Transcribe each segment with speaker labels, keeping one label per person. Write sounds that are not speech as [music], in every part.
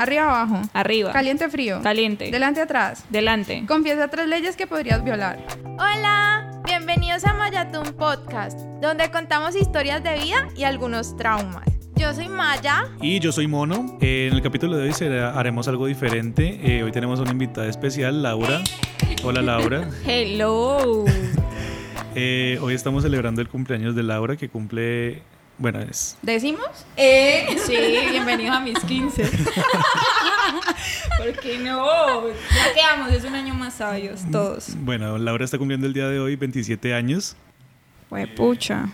Speaker 1: Arriba, abajo.
Speaker 2: Arriba.
Speaker 1: Caliente, frío.
Speaker 2: Caliente.
Speaker 1: Delante, atrás.
Speaker 2: Delante.
Speaker 1: Confiesa tres leyes que podrías violar.
Speaker 3: Hola, bienvenidos a Mayatún Podcast, donde contamos historias de vida y algunos traumas. Yo soy Maya.
Speaker 4: Y yo soy Mono. Eh, en el capítulo de hoy será- haremos algo diferente. Eh, hoy tenemos una invitada especial, Laura.
Speaker 1: [laughs]
Speaker 4: Hola Laura.
Speaker 2: Hello.
Speaker 4: Eh, hoy estamos celebrando el cumpleaños de Laura que cumple... Bueno, es...
Speaker 1: ¿Decimos?
Speaker 3: Eh,
Speaker 2: Sí, bienvenidos a mis 15. ¿Por qué no? Ya quedamos, es un año más sabios todos.
Speaker 4: Bueno, Laura está cumpliendo el día de hoy 27 años
Speaker 2: Huepucha.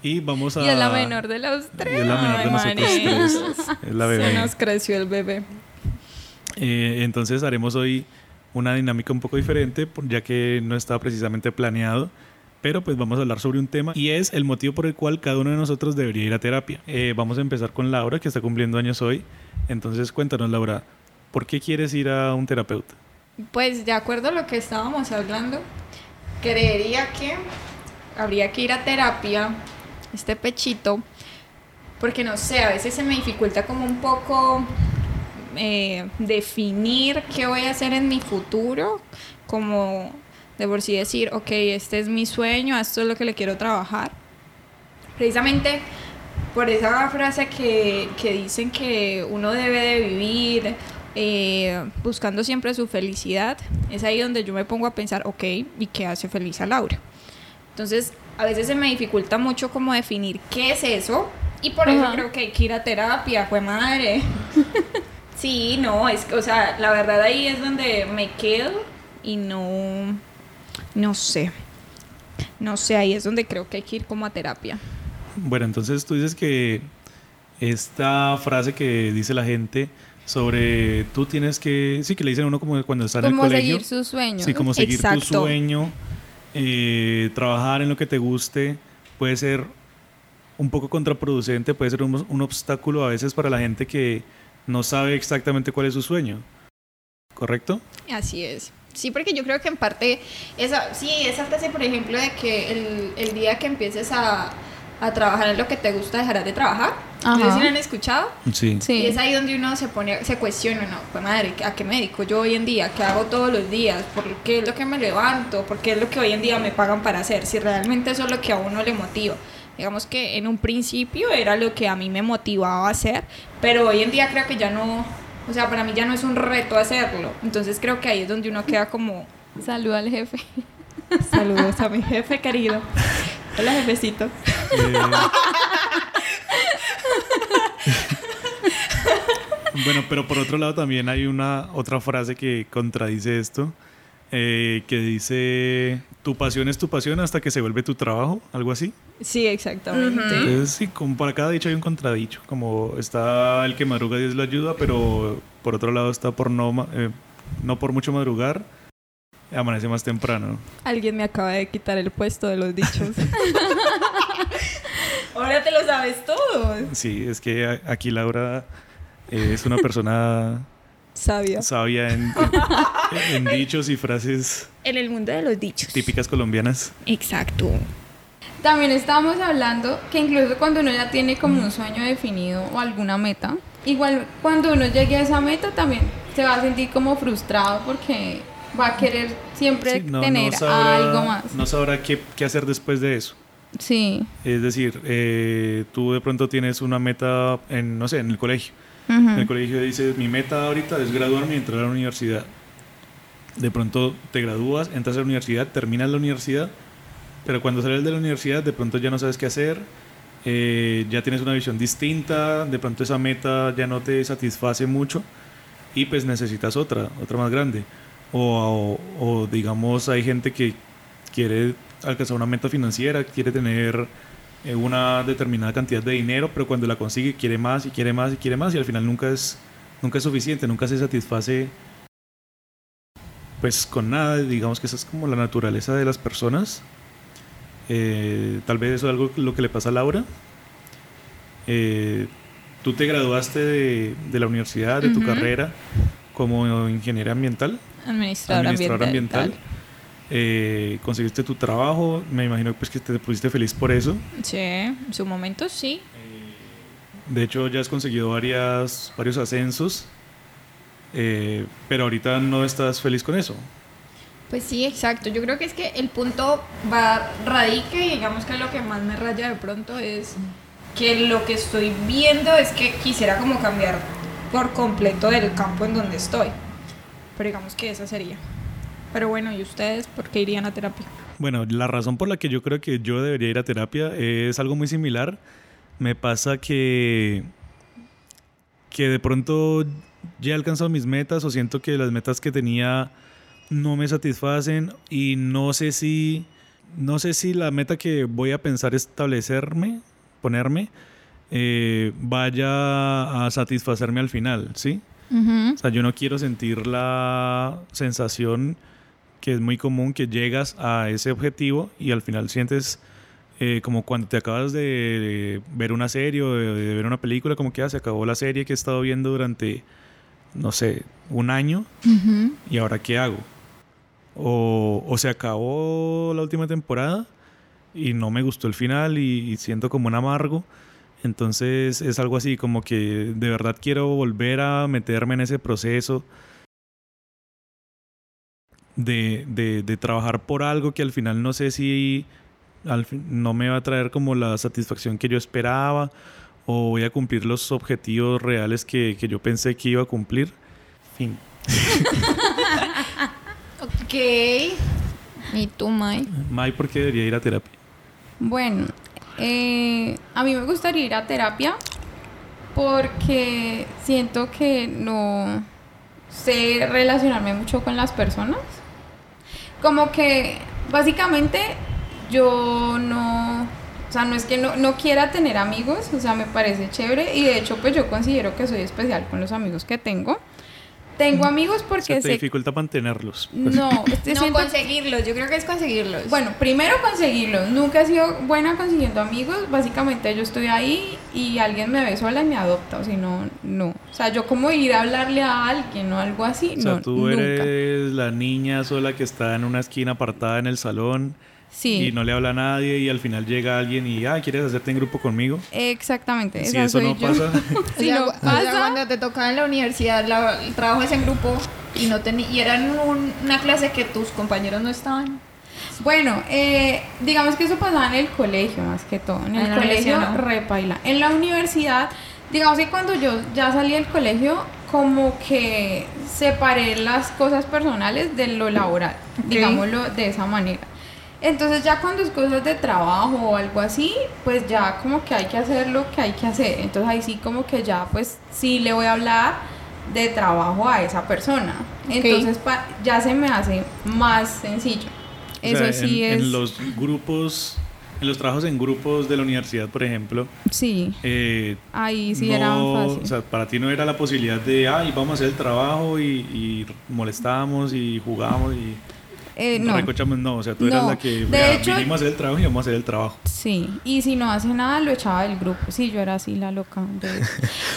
Speaker 4: y vamos a...
Speaker 1: Y es la menor de los
Speaker 4: Ah, Y
Speaker 1: tres.
Speaker 4: es la menor de
Speaker 2: Ay,
Speaker 4: nosotros
Speaker 2: María.
Speaker 4: tres. Es la bebé.
Speaker 2: creció el bebé.
Speaker 4: Eh, entonces haremos hoy una dinámica un poco diferente, por- ya que no estaba precisamente planeado. Pero pues vamos a hablar sobre un tema y es el motivo por el cual cada uno de nosotros debería ir a terapia. Eh, vamos a empezar con Laura, que está cumpliendo años hoy. Entonces cuéntanos, Laura, ¿por qué quieres ir a un terapeuta?
Speaker 2: Pues de acuerdo a lo que estábamos hablando, creería que habría que ir a terapia, este pechito, porque no sé, a veces se me dificulta como un poco eh, definir qué voy a hacer en mi futuro, como de por sí decir, ok, este es mi sueño, a esto es lo que le quiero trabajar. Precisamente por esa frase que, que dicen que uno debe de vivir eh, buscando siempre su felicidad, es ahí donde yo me pongo a pensar, ok, ¿y qué hace feliz a Laura? Entonces, a veces se me dificulta mucho como definir qué es eso, y por eso
Speaker 1: Ajá.
Speaker 2: creo que hay que ir a terapia, fue madre. sí, no, es que, o sea, la verdad ahí es donde me quedo y no, no sé. No sé, ahí es donde creo que hay que ir como a terapia.
Speaker 4: Bueno, entonces tú dices que esta frase que dice la gente sobre tú tienes que, sí, que le dicen a uno como cuando está en el
Speaker 1: Como
Speaker 4: colegio.
Speaker 1: seguir sus sueños.
Speaker 4: Sí, como seguir tu
Speaker 2: Exacto.
Speaker 4: sueño, eh, trabajar en lo que te guste, puede ser un poco contraproducente, puede ser un, un obstáculo a veces para la gente que no sabe exactamente cuál es su sueño. ¿Correcto?
Speaker 2: Así es. Sí, porque yo creo que en parte, esa, sí, esa frase, por ejemplo, de que el, el día que empieces a, a trabajar en lo que te gusta, dejarás de trabajar. No sé
Speaker 1: Ajá.
Speaker 2: si la han escuchado.
Speaker 4: Sí.
Speaker 1: Sí.
Speaker 2: Y es ahí donde uno se pone, se cuestiona, no, pues madre, ¿a qué me dedico yo hoy en día? ¿Qué hago todos los días? ¿Por qué es lo que me levanto? ¿Por qué es lo que hoy en día me pagan para hacer? Si realmente eso es lo que a uno le motiva. Digamos que en un principio era lo que a mí me motivaba a hacer, pero hoy en día creo que ya no, o sea, para mí ya no es un reto hacerlo. Entonces creo que ahí es donde uno queda como,
Speaker 1: Saluda al jefe.
Speaker 2: saludos a mi jefe querido. Hola jefecito.
Speaker 4: Eh, [laughs] bueno, pero por otro lado también hay una otra frase que contradice esto, eh, que dice, tu pasión es tu pasión hasta que se vuelve tu trabajo, algo así.
Speaker 2: Sí, exactamente.
Speaker 1: ¿Mm?
Speaker 4: Entonces, sí, como para cada dicho hay un contradicho. Como está el que madruga, Dios lo ayuda, pero por otro lado está por no, ma- eh, no por mucho madrugar, amanece más temprano.
Speaker 2: Alguien me acaba de quitar el puesto de los dichos. Ahora te lo sabes todo.
Speaker 4: Sí, es que a- aquí Laura eh, es
Speaker 1: [laughs]
Speaker 4: una persona
Speaker 2: Sabio.
Speaker 4: sabia en, en- en dichos y frases
Speaker 2: En el mundo de los dichos.
Speaker 4: típicas colombianas.
Speaker 2: Exacto.
Speaker 1: También estábamos hablando que incluso cuando uno ya tiene como un sueño definido o alguna meta, igual cuando uno llegue a esa meta también se va a sentir como frustrado porque va a querer siempre
Speaker 4: Sí, no- no
Speaker 1: tener
Speaker 4: sabrá-
Speaker 1: algo más.
Speaker 4: No sabrá qué- qué hacer después de eso.
Speaker 1: Sí.
Speaker 4: Es decir, eh, tú de pronto tienes una meta en, no sé, en el colegio. En el colegio dices, mi meta ahorita es graduarme y entrar a la universidad. De pronto te gradúas, entras a la universidad, terminas la universidad, pero cuando sales de la universidad de pronto ya no sabes qué hacer, eh, ya tienes una visión distinta, de pronto esa meta ya no te satisface mucho y pues necesitas otra, otra más grande. O, o- o, digamos, hay gente que quiere alcanzar una meta financiera, quiere tener eh, una determinada cantidad de dinero, pero cuando la consigue quiere más y quiere más y quiere más y al final nunca es, nunca es suficiente, nunca se satisface pues con nada, digamos que esa es como la naturaleza de las personas. Eh, tal vez eso es algo lo que le pasa a Laura. Eh, tú te graduaste de, de la universidad, de tu
Speaker 2: Ujú.
Speaker 4: carrera como ingeniera ambiental
Speaker 2: Administrador,
Speaker 4: administrador ambiental.
Speaker 2: ambiental.
Speaker 4: Eh, conseguiste tu trabajo, me imagino pues, que te pusiste feliz por eso.
Speaker 2: Sí, en su momento sí.
Speaker 4: De hecho, ya has conseguido varias, varios ascensos, eh, pero ahorita no estás feliz con eso.
Speaker 2: Pues sí, exacto. Yo creo que es que el punto va radica y digamos que lo que más me raya de pronto es que lo que estoy viendo es que quisiera como cambiar por completo del campo en donde estoy. Pero digamos que esa sería. Pero bueno, ¿y ustedes por qué irían a terapia?
Speaker 4: Bueno, la razón por la que yo creo que yo debería ir a terapia es algo muy similar. Me pasa que, que de pronto ya he alcanzado mis metas o siento que las metas que tenía no me satisfacen y no sé si no sé si la meta que voy a pensar establecerme ponerme eh, vaya a satisfacerme al final sí o sea yo no quiero sentir la sensación que es muy común que llegas a ese objetivo y al final sientes eh, como cuando te acabas de ver una serie o de, de ver una película como que ya se acabó la serie que he estado viendo durante no sé un año ¿y ahora qué hago? O, o se acabó la última temporada y no me gustó el final y, y siento como un amargo. Entonces es algo así como que de verdad quiero volver a meterme en ese proceso de, de- de trabajar por algo que al final no sé si al fin- no me va a traer como la satisfacción que yo esperaba o voy a cumplir los objetivos reales que, que yo pensé que iba a cumplir. Fin.
Speaker 2: Ok. ¿Y tú, Mai?
Speaker 4: May, ¿por qué debería ir a terapia?
Speaker 1: Bueno, eh, a mí me gustaría ir a terapia porque siento que no sé relacionarme mucho con las personas. Como que básicamente yo no, o sea, no es que no, no quiera tener amigos, o sea, me parece chévere y de hecho pues yo considero que soy especial con los amigos que tengo. Tengo amigos
Speaker 4: O sea,
Speaker 1: porque
Speaker 4: Mm. te
Speaker 1: sé...
Speaker 4: dificulta mantenerlos. [laughs]
Speaker 1: No, este
Speaker 2: No,
Speaker 1: siento-
Speaker 2: conseguirlos. Yo creo que es conseguirlos.
Speaker 1: bueno, primero conseguirlos. Nunca he sido buena consiguiendo amigos. Básicamente yo estoy ahí y alguien me ve sola y me adopta. O si no, no. O sea, yo como ir a hablarle a alguien o algo así.
Speaker 4: O sea,
Speaker 1: no,
Speaker 4: tú
Speaker 1: nunca.
Speaker 4: eres la niña sola que está en una esquina apartada en el salón
Speaker 1: Sí.
Speaker 4: y no le habla a nadie y al final llega alguien y, ah, ¿quieres hacerte en grupo conmigo?
Speaker 1: Exactamente.
Speaker 4: Si
Speaker 1: esa
Speaker 4: eso
Speaker 1: soy
Speaker 4: no
Speaker 1: yo. [laughs]
Speaker 4: pasa,
Speaker 2: O
Speaker 1: si
Speaker 2: sea,
Speaker 1: no
Speaker 2: cu- o sea,
Speaker 1: pasa.
Speaker 2: cuando te tocaba en la universidad, la- el trabajo es en grupo y no teni- y eran un- una clase que tus compañeros no estaban.
Speaker 1: Bueno, eh, digamos que eso pasaba en el colegio más que todo. En
Speaker 2: En
Speaker 1: el
Speaker 2: la
Speaker 1: colegio
Speaker 2: universidad, ¿no?
Speaker 1: repaila. En la universidad, digamos que cuando yo ya salí del colegio, como que separé las cosas personales de lo laboral,
Speaker 2: Ok.
Speaker 1: digámoslo de esa manera. Entonces ya cuando es cosas de trabajo o algo así, pues ya como que hay que hacer lo que hay que hacer. Entonces ahí sí como que ya pues sí le voy a hablar de trabajo a esa persona.
Speaker 2: Ok.
Speaker 1: Entonces pa- ya se me hace más sencillo.
Speaker 4: O
Speaker 1: Eso
Speaker 4: sea,
Speaker 1: sí
Speaker 4: en,
Speaker 1: es.
Speaker 4: en los grupos, en los trabajos en grupos de la universidad, por ejemplo,
Speaker 1: Sí,
Speaker 4: eh,
Speaker 1: ahí sí
Speaker 4: no-
Speaker 1: era más fácil.
Speaker 4: o sea, para ti no era la posibilidad de, ay, vamos a hacer el trabajo y, y molestamos y jugamos y
Speaker 1: Eh, no.
Speaker 4: recochamos. No, o sea, tú eras
Speaker 1: No.
Speaker 4: la que,
Speaker 1: De
Speaker 4: "Vea,
Speaker 1: hecho-
Speaker 4: vinimos a hacer el trabajo y vamos a hacer el trabajo.
Speaker 1: Sí, y si no hace nada lo echaba del grupo. Sí, yo era así la loca. de-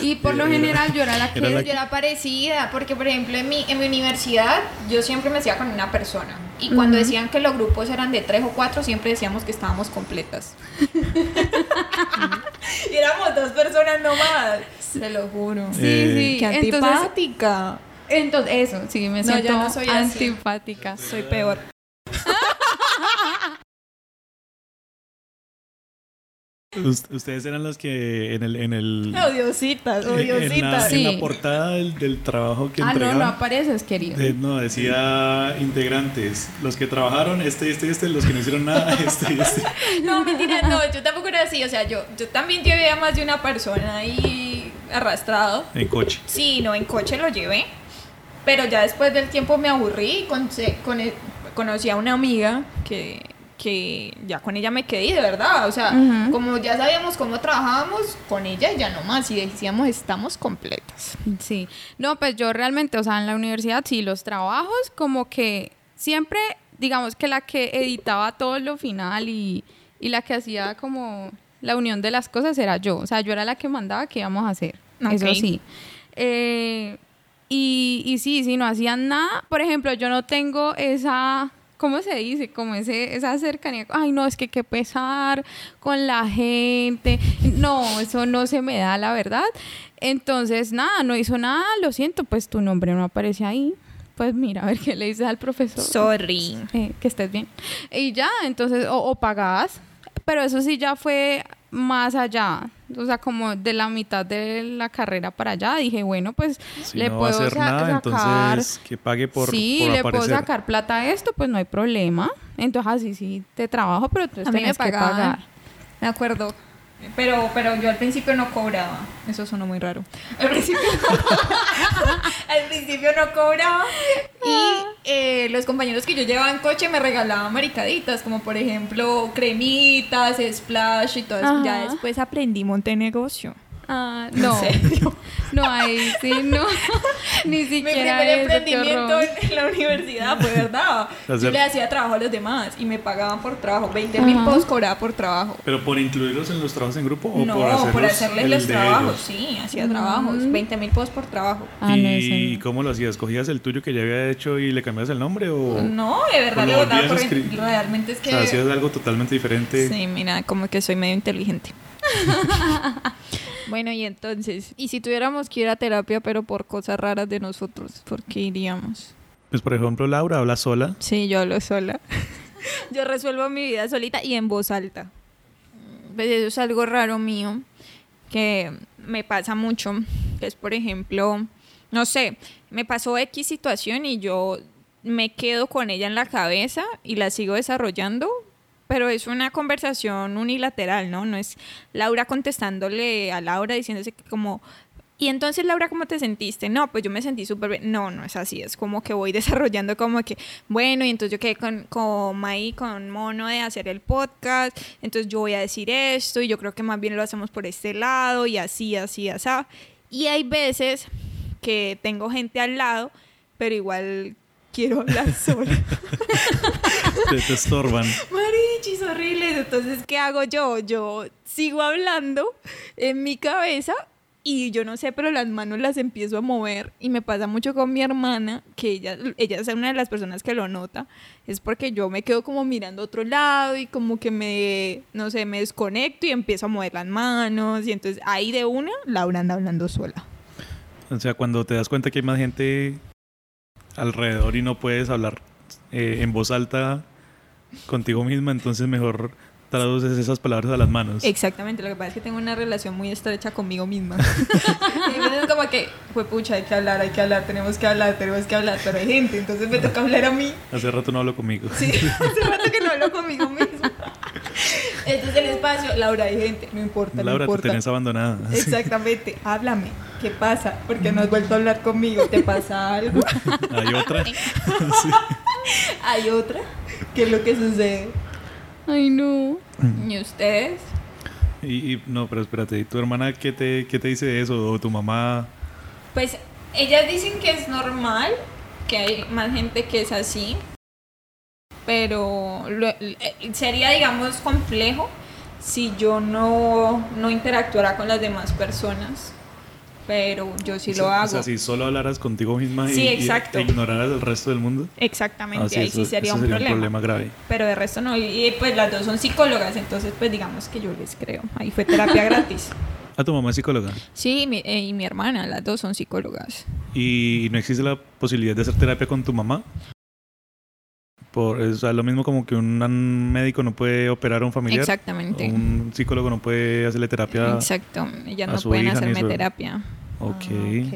Speaker 1: Y
Speaker 4: [laughs]
Speaker 1: por lo general yo era la que...
Speaker 4: Era la-
Speaker 2: Yo era parecida, porque por ejemplo en mi, en mi universidad yo siempre me hacía con una persona. Y cuando decían que los grupos eran de tres o cuatro, siempre decíamos que estábamos
Speaker 1: [laughs]
Speaker 2: completas. y éramos dos personas nomás. Se lo juro.
Speaker 1: Sí,
Speaker 4: Eh,
Speaker 1: sí.
Speaker 2: Qué
Speaker 1: entonces,
Speaker 2: antipática.
Speaker 1: entonces, eso, sí, me
Speaker 2: No,
Speaker 1: siento
Speaker 2: yo no soy así.
Speaker 1: antipática.
Speaker 2: Soy peor.
Speaker 4: Ust- Ustedes eran los que en el, en el,
Speaker 2: Odiositas,
Speaker 4: [laughs] Eh, en la,
Speaker 2: odiositas.
Speaker 1: Sí.
Speaker 4: en la portada del, del trabajo que
Speaker 1: Ah, no, no
Speaker 4: entregaban.
Speaker 1: apareces, querido.
Speaker 4: eh, no, decía integrantes, los que trabajaron, este, este, este, los que no hicieron nada, [laughs] este, y este.
Speaker 2: No, mentira, no, yo tampoco era así. O sea, yo, yo también llevé a más de una persona ahí arrastrado.
Speaker 4: En coche.
Speaker 2: Sí, no, en coche lo llevé. Pero ya después del tiempo me aburrí y con, se- con- e, conocí a una amiga que, que ya con ella me quedé, de verdad. O sea,
Speaker 1: Ujú.
Speaker 2: como ya sabíamos cómo trabajábamos con ella, ya nomás. Y decíamos, estamos completas.
Speaker 1: Sí, no, pues yo realmente, o sea, en la universidad sí, los trabajos como que siempre, digamos que la que editaba todo lo final y, y la que hacía como la unión de las cosas era yo, o sea, yo era la que mandaba qué íbamos a hacer, eso
Speaker 2: Ok.
Speaker 1: sí. Eh, y, y sí, si no hacían nada, por ejemplo, yo no tengo esa ¿cómo se dice? Como ese, esa cercanía. Ay, no, es que qué pesar con la gente. No, eso no se me da, la verdad. Entonces, nada, no hizo nada, lo siento, pues tu nombre no aparece ahí. Pues mira, a ver qué le dices al profesor.
Speaker 2: Sorry.
Speaker 1: Eh, que estés bien. Y ya, entonces, o, o pagabas, pero eso sí ya fue más allá, o sea, como de la mitad de la carrera para allá, dije, bueno, pues
Speaker 4: Si
Speaker 1: le
Speaker 4: no va a
Speaker 1: puedo
Speaker 4: hacer
Speaker 1: sa-
Speaker 4: nada,
Speaker 1: sacar
Speaker 4: entonces que pague por,
Speaker 1: sí,
Speaker 4: por
Speaker 1: le
Speaker 4: aparecer.
Speaker 1: puedo sacar plata a esto, pues no hay problema. Entonces así sí te trabajo, pero tú
Speaker 5: A mí me
Speaker 1: tienes que
Speaker 5: pagaban.
Speaker 1: pagar.
Speaker 5: Me acuerdo.
Speaker 2: Pero, pero yo al principio no cobraba.
Speaker 5: Eso sonó muy raro.
Speaker 2: Al principio,
Speaker 5: [laughs]
Speaker 2: al principio no cobraba.
Speaker 5: Ah.
Speaker 2: Y eh, los compañeros que yo llevaba en coche me regalaban maricaditas, como por ejemplo cremitas, splash y todo eso. Ya
Speaker 1: Ajá.
Speaker 2: después aprendí monte negocio.
Speaker 1: Ah, no, [laughs] no ahí sí, no, [laughs] ni
Speaker 2: Mi
Speaker 1: siquiera
Speaker 2: primer
Speaker 1: eso, qué
Speaker 2: emprendimiento
Speaker 1: horror.
Speaker 2: en, en la
Speaker 5: [laughs]
Speaker 2: universidad fue verdad. Yo
Speaker 4: Hacer-
Speaker 2: le hacía trabajo a los demás y me pagaban por trabajo. 20 mil
Speaker 1: Ajá.
Speaker 2: pesos cobraba por trabajo.
Speaker 4: ¿Pero por incluirlos en los trabajos en grupo o
Speaker 2: No,
Speaker 4: por hacerlos
Speaker 2: por hacerles
Speaker 4: el
Speaker 2: los
Speaker 4: de
Speaker 2: trabajos,
Speaker 4: ellos?
Speaker 2: sí, hacía
Speaker 5: Mm.
Speaker 2: trabajos. 20 mil pesos por trabajo.
Speaker 1: Ah, no, eso
Speaker 4: ¿Y
Speaker 1: no.
Speaker 4: cómo lo hacías? ¿Cogías el tuyo que ya había hecho y le cambiabas el nombre o...?
Speaker 2: No, de verdad,
Speaker 4: Pues
Speaker 2: de
Speaker 4: lo
Speaker 2: verdad,
Speaker 4: volvías a
Speaker 2: porque
Speaker 4: escribir.
Speaker 2: realmente es que...
Speaker 4: o sea, hacías algo totalmente diferente.
Speaker 2: Sí, mira, como que soy medio inteligente.
Speaker 5: [laughs] Bueno, y entonces, ¿y si tuviéramos que ir a terapia, pero por cosas raras de nosotros? ¿Por qué iríamos?
Speaker 4: Pues, por ejemplo, Laura habla sola.
Speaker 5: Sí, yo hablo sola.
Speaker 2: [laughs] Yo resuelvo mi vida solita y en voz alta. Pues eso es algo raro mío que me pasa mucho. Que es, por ejemplo, no sé, me pasó X situación y yo me quedo con ella en la cabeza y la sigo desarrollando. Pero es una conversación unilateral, ¿no? No es Laura contestándole a Laura diciéndose que como, y entonces, Laura, ¿cómo te sentiste? No, pues yo me sentí súper bien. No, no es así. Es como que voy [laughs] desarrollando como que, bueno, y entonces yo quedé con, con Maí, con Mono de hacer el podcast. Entonces yo voy a decir esto y yo creo que más bien lo hacemos por este lado y así, así, así. Y hay veces que tengo gente al lado, pero igual quiero hablar [laughs] sola.
Speaker 4: Te, te estorban.
Speaker 2: Marichis horribles. Entonces, ¿qué hago yo? Yo sigo hablando en mi cabeza y yo no sé, pero las manos las empiezo a mover y me pasa mucho con mi hermana, que ella, ella es una de las personas que lo nota, es porque yo me quedo como mirando a otro lado y como que me, no sé, me desconecto y empiezo a mover las manos y entonces ahí de una, Laura anda hablando sola.
Speaker 4: O sea, cuando te das cuenta que hay más gente alrededor y no puedes hablar eh, en voz alta contigo misma, entonces mejor traduces esas palabras a las manos.
Speaker 2: Exactamente, lo que pasa es que tengo una relación muy estrecha conmigo misma. [laughs] y veces como que, fue pucha, hay que hablar, hay que hablar, tenemos que hablar, tenemos que hablar, pero hay gente, entonces me toca hablar a mí.
Speaker 4: Hace rato no hablo conmigo.
Speaker 2: Sí, [laughs] hace rato que no hablo conmigo misma. Entonces el espacio, Laura, hay gente, no importa,
Speaker 4: Laura,
Speaker 2: no
Speaker 4: te
Speaker 2: importa.
Speaker 4: tenés abandonada.
Speaker 2: [laughs]
Speaker 4: [laughs]
Speaker 2: Exactamente, háblame, ¿qué pasa? Porque no has vuelto a hablar conmigo, ¿te pasa algo?
Speaker 4: Hay otra. Sí.
Speaker 2: ¿Hay otra? ¿Qué es lo que sucede?
Speaker 1: Ay, no.
Speaker 2: ¿Y ustedes?
Speaker 4: Y, y- no, pero espérate, ¿y ¿tu hermana qué te, qué te dice de eso? ¿O tu mamá?
Speaker 2: Pues ellas dicen que es normal, que hay más gente que es así, pero lo- eh, sería, digamos, complejo si yo no, no interactuara con las demás personas, pero yo sí lo
Speaker 4: O sea,
Speaker 2: hago.
Speaker 4: O sea, si solo hablaras contigo misma y-
Speaker 2: Sí,
Speaker 4: y,
Speaker 2: exacto.
Speaker 4: e ignoraras el resto del mundo.
Speaker 2: Exactamente,
Speaker 4: Ah, sí,
Speaker 2: ahí
Speaker 4: eso-
Speaker 2: sí sería,
Speaker 4: eso
Speaker 2: un, problema.
Speaker 4: grave.
Speaker 2: Pero de resto no, y eh, pues las dos son psicólogas, entonces pues digamos que yo les creo. Ahí fue
Speaker 4: [laughs]
Speaker 2: terapia gratis.
Speaker 4: Ah, tu mamá es psicóloga.
Speaker 2: Sí, mi- eh, y mi hermana, las dos son psicólogas.
Speaker 4: ¿Y no existe la posibilidad de hacer terapia con tu mamá? Por, o sea, lo mismo como que un médico no puede operar a un familiar.
Speaker 2: Exactamente.
Speaker 4: Un psicólogo no puede hacerle terapia.
Speaker 2: Exacto, ellas
Speaker 4: a
Speaker 2: no
Speaker 4: su
Speaker 2: pueden
Speaker 4: hija ni
Speaker 2: hacerme
Speaker 4: su-
Speaker 2: terapia.
Speaker 4: Ok.
Speaker 1: Ok.
Speaker 2: Ah,
Speaker 4: ¿Tu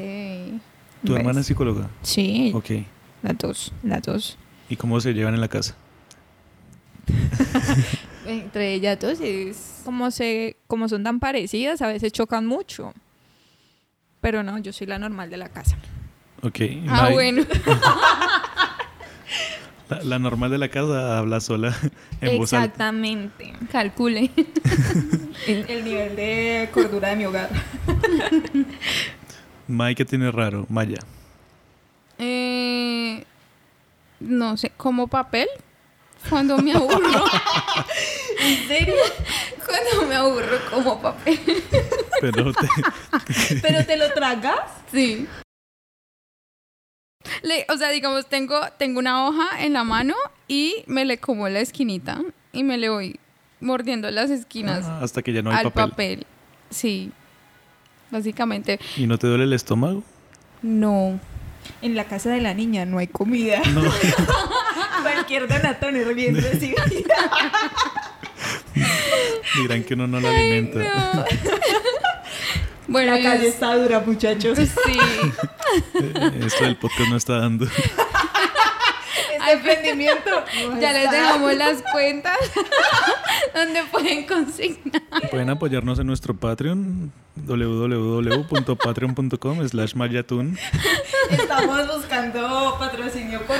Speaker 2: ¿Ves?
Speaker 4: hermana es psicóloga?
Speaker 2: Sí,
Speaker 4: Ok.
Speaker 2: las dos, las dos.
Speaker 4: ¿Y cómo se llevan en la casa?
Speaker 5: Entre ellas dos es...
Speaker 2: Como, se, como son tan parecidas, a veces chocan mucho. Pero no, yo soy la normal de la casa.
Speaker 4: Ok.
Speaker 1: Ah,
Speaker 4: May,
Speaker 1: bueno.
Speaker 4: La, la normal de la casa habla sola [laughs] en voz alta.
Speaker 2: Exactamente.
Speaker 1: Calcule.
Speaker 2: El, el nivel de cordura de mi hogar.
Speaker 4: May, ¿qué tiene raro? Maya.
Speaker 1: Eh, no sé, como papel. Cuando me aburro.
Speaker 2: ¿En serio?
Speaker 1: [laughs] cuando me aburro como papel.
Speaker 4: Pero te-
Speaker 2: ¿Pero te lo tragas?
Speaker 1: Sí. le- o sea, digamos, tengo, tengo una hoja en la mano y me le como la esquinita y me le voy mordiendo las esquinas
Speaker 4: Ah, [laughs] hasta que ya no hay
Speaker 1: al
Speaker 4: papel.
Speaker 1: papel. Sí, básicamente.
Speaker 4: ¿Y no te duele el estómago?
Speaker 1: No.
Speaker 2: En la casa de la niña no hay comida. [laughs]
Speaker 4: No. [laughs]
Speaker 2: Cualquier donatón hirviendo así.
Speaker 4: Dirán que uno no lo alimenta.
Speaker 1: Bueno,
Speaker 2: La
Speaker 1: y
Speaker 2: calle
Speaker 1: es-
Speaker 2: está dura, muchachos. [laughs]
Speaker 1: sí.
Speaker 4: [laughs] Eh, Esto del podcast no está dando. [laughs]
Speaker 2: Este emprendimiento. no
Speaker 1: Ya les
Speaker 2: está.
Speaker 1: dejamos las cuentas [laughs] donde pueden consignar.
Speaker 4: Pueden apoyarnos en nuestro Patreon www.patreon.com slash mayatun
Speaker 2: Estamos buscando patrocinio por,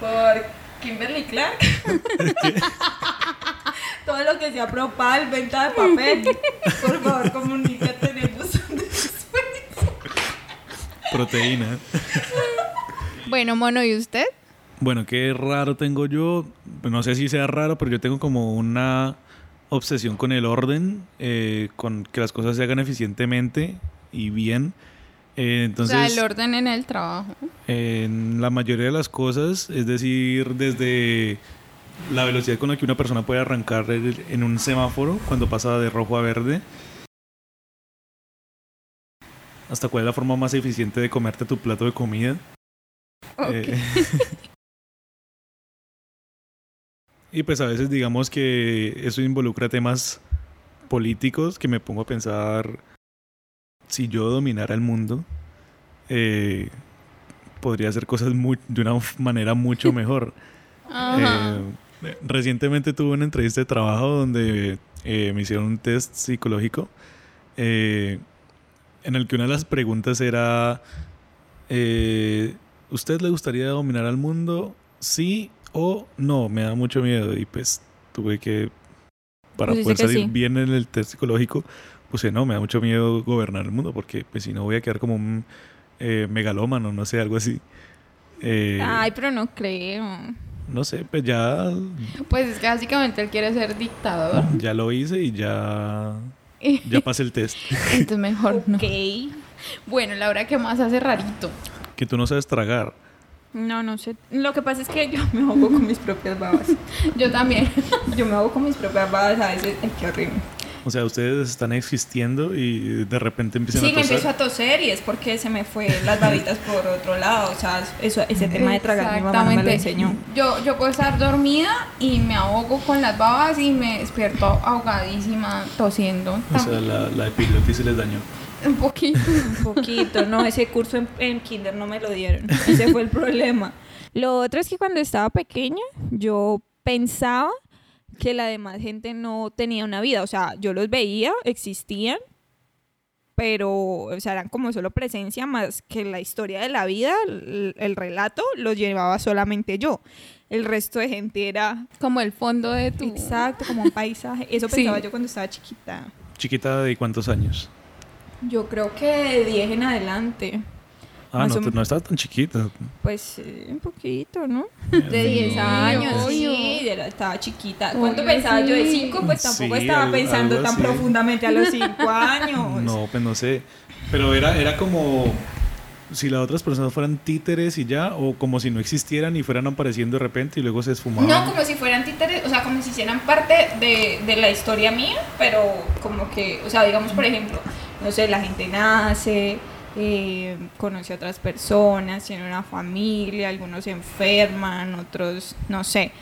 Speaker 2: por Kimberly
Speaker 6: [laughs]
Speaker 2: Clark. Todo lo que sea propal, venta de papel. Por favor, comunícate en el buzón de
Speaker 4: proteína.
Speaker 1: Bueno, mono, ¿y usted?
Speaker 4: Bueno, qué raro tengo yo. No sé si sea raro, pero yo tengo como una obsesión con el orden, eh, con que las cosas se hagan eficientemente y bien. Eh, entonces,
Speaker 1: o sea, el orden en el trabajo.
Speaker 4: en la mayoría de las cosas, es decir, desde la velocidad con la que una persona puede arrancar el- en un semáforo cuando pasa de rojo a verde, hasta cuál es la forma más eficiente de comerte tu plato de comida. Eh, [laughs] y pues a veces digamos que eso involucra temas políticos que me pongo a pensar, si yo dominara el mundo, eh, podría hacer cosas mu- de una f- manera mucho mejor.
Speaker 1: Ajá.
Speaker 4: Eh, recientemente tuve una entrevista de trabajo donde eh, me hicieron un test psicológico eh, en el que una de las preguntas era, eh, ¿usted le gustaría dominar al mundo? Sí o no, me da mucho miedo y pues tuve que, para
Speaker 2: Pusiste
Speaker 4: poder
Speaker 2: Pues que
Speaker 4: salir
Speaker 2: sí.
Speaker 4: bien en el test psicológico, puse no, me da mucho miedo gobernar el mundo porque pues si no voy a quedar como un eh, megalómano, no sé, algo así. Eh,
Speaker 2: Ay, pero no creo.
Speaker 4: no sé, pues ya,
Speaker 1: Pues es que básicamente él quiere ser dictador.
Speaker 4: ya lo hice y ya,
Speaker 2: [laughs]
Speaker 4: ya pasé el test.
Speaker 1: Entonces mejor no.
Speaker 2: Ok.
Speaker 1: Bueno, Laura, ¿qué más hace rarito?
Speaker 4: Que tú no sabes tragar.
Speaker 2: No, no sé. Lo que pasa es que yo me ahogo con mis propias babas.
Speaker 1: Yo también.
Speaker 2: Yo me ahogo con mis propias babas a veces. Ay, qué horrible.
Speaker 4: O sea, ustedes están existiendo y de repente empiezan
Speaker 2: Sí,
Speaker 4: a
Speaker 2: me
Speaker 4: tosar.
Speaker 2: empiezo a toser y es porque se me fue las babitas por otro lado. O sea, eso, ese tema de tragar mi mamá no me lo enseñó.
Speaker 1: Yo, yo puedo estar dormida y me ahogo con las babas y me despierto ahogadísima, tosiendo.
Speaker 4: O sea, la, la epiglotis se les dañó.
Speaker 1: Un poquito. [laughs]
Speaker 2: Un poquito, no, ese curso en, en kinder no me lo dieron. Ese fue el problema. Lo otro es que cuando estaba pequeña, yo pensaba que la demás gente no tenía una vida. O sea, yo los veía, existían, pero o sea, eran como solo presencia más que la historia de la vida, el, el relato lo llevaba solamente yo. El resto de gente era
Speaker 1: Como el fondo de tu.
Speaker 2: exacto, como un paisaje. Eso
Speaker 1: Sí.
Speaker 2: pensaba yo cuando estaba chiquita.
Speaker 4: Chiquita de cuántos años.
Speaker 2: Yo creo que de 10 en adelante.
Speaker 4: Ah,
Speaker 2: Más
Speaker 4: no,
Speaker 2: o
Speaker 4: tú
Speaker 2: menos.
Speaker 4: no estás tan chiquita.
Speaker 2: Pues eh, un poquito, ¿no?
Speaker 1: De 10 años.
Speaker 2: Sí,
Speaker 1: obvio.
Speaker 2: de la- estaba chiquita.
Speaker 1: Obvio,
Speaker 2: ¿Cuánto pensaba yo de
Speaker 1: sí.
Speaker 2: 5? Pues tampoco
Speaker 4: Sí,
Speaker 2: estaba
Speaker 4: al-
Speaker 2: pensando
Speaker 4: algo
Speaker 2: tan
Speaker 4: así.
Speaker 2: profundamente a los 5 años.
Speaker 4: [laughs] No, pues no sé. Pero era, era como si las otras personas fueran títeres y ya, o como si no existieran y fueran apareciendo de repente y luego se esfumaban.
Speaker 2: No, como si fueran títeres, o sea, como si hicieran parte de, de la historia mía, pero como que, o sea, digamos, por ejemplo, no sé, la gente nace, eh, conoce a otras personas, tiene una familia, algunos se enferman, otros, no sé,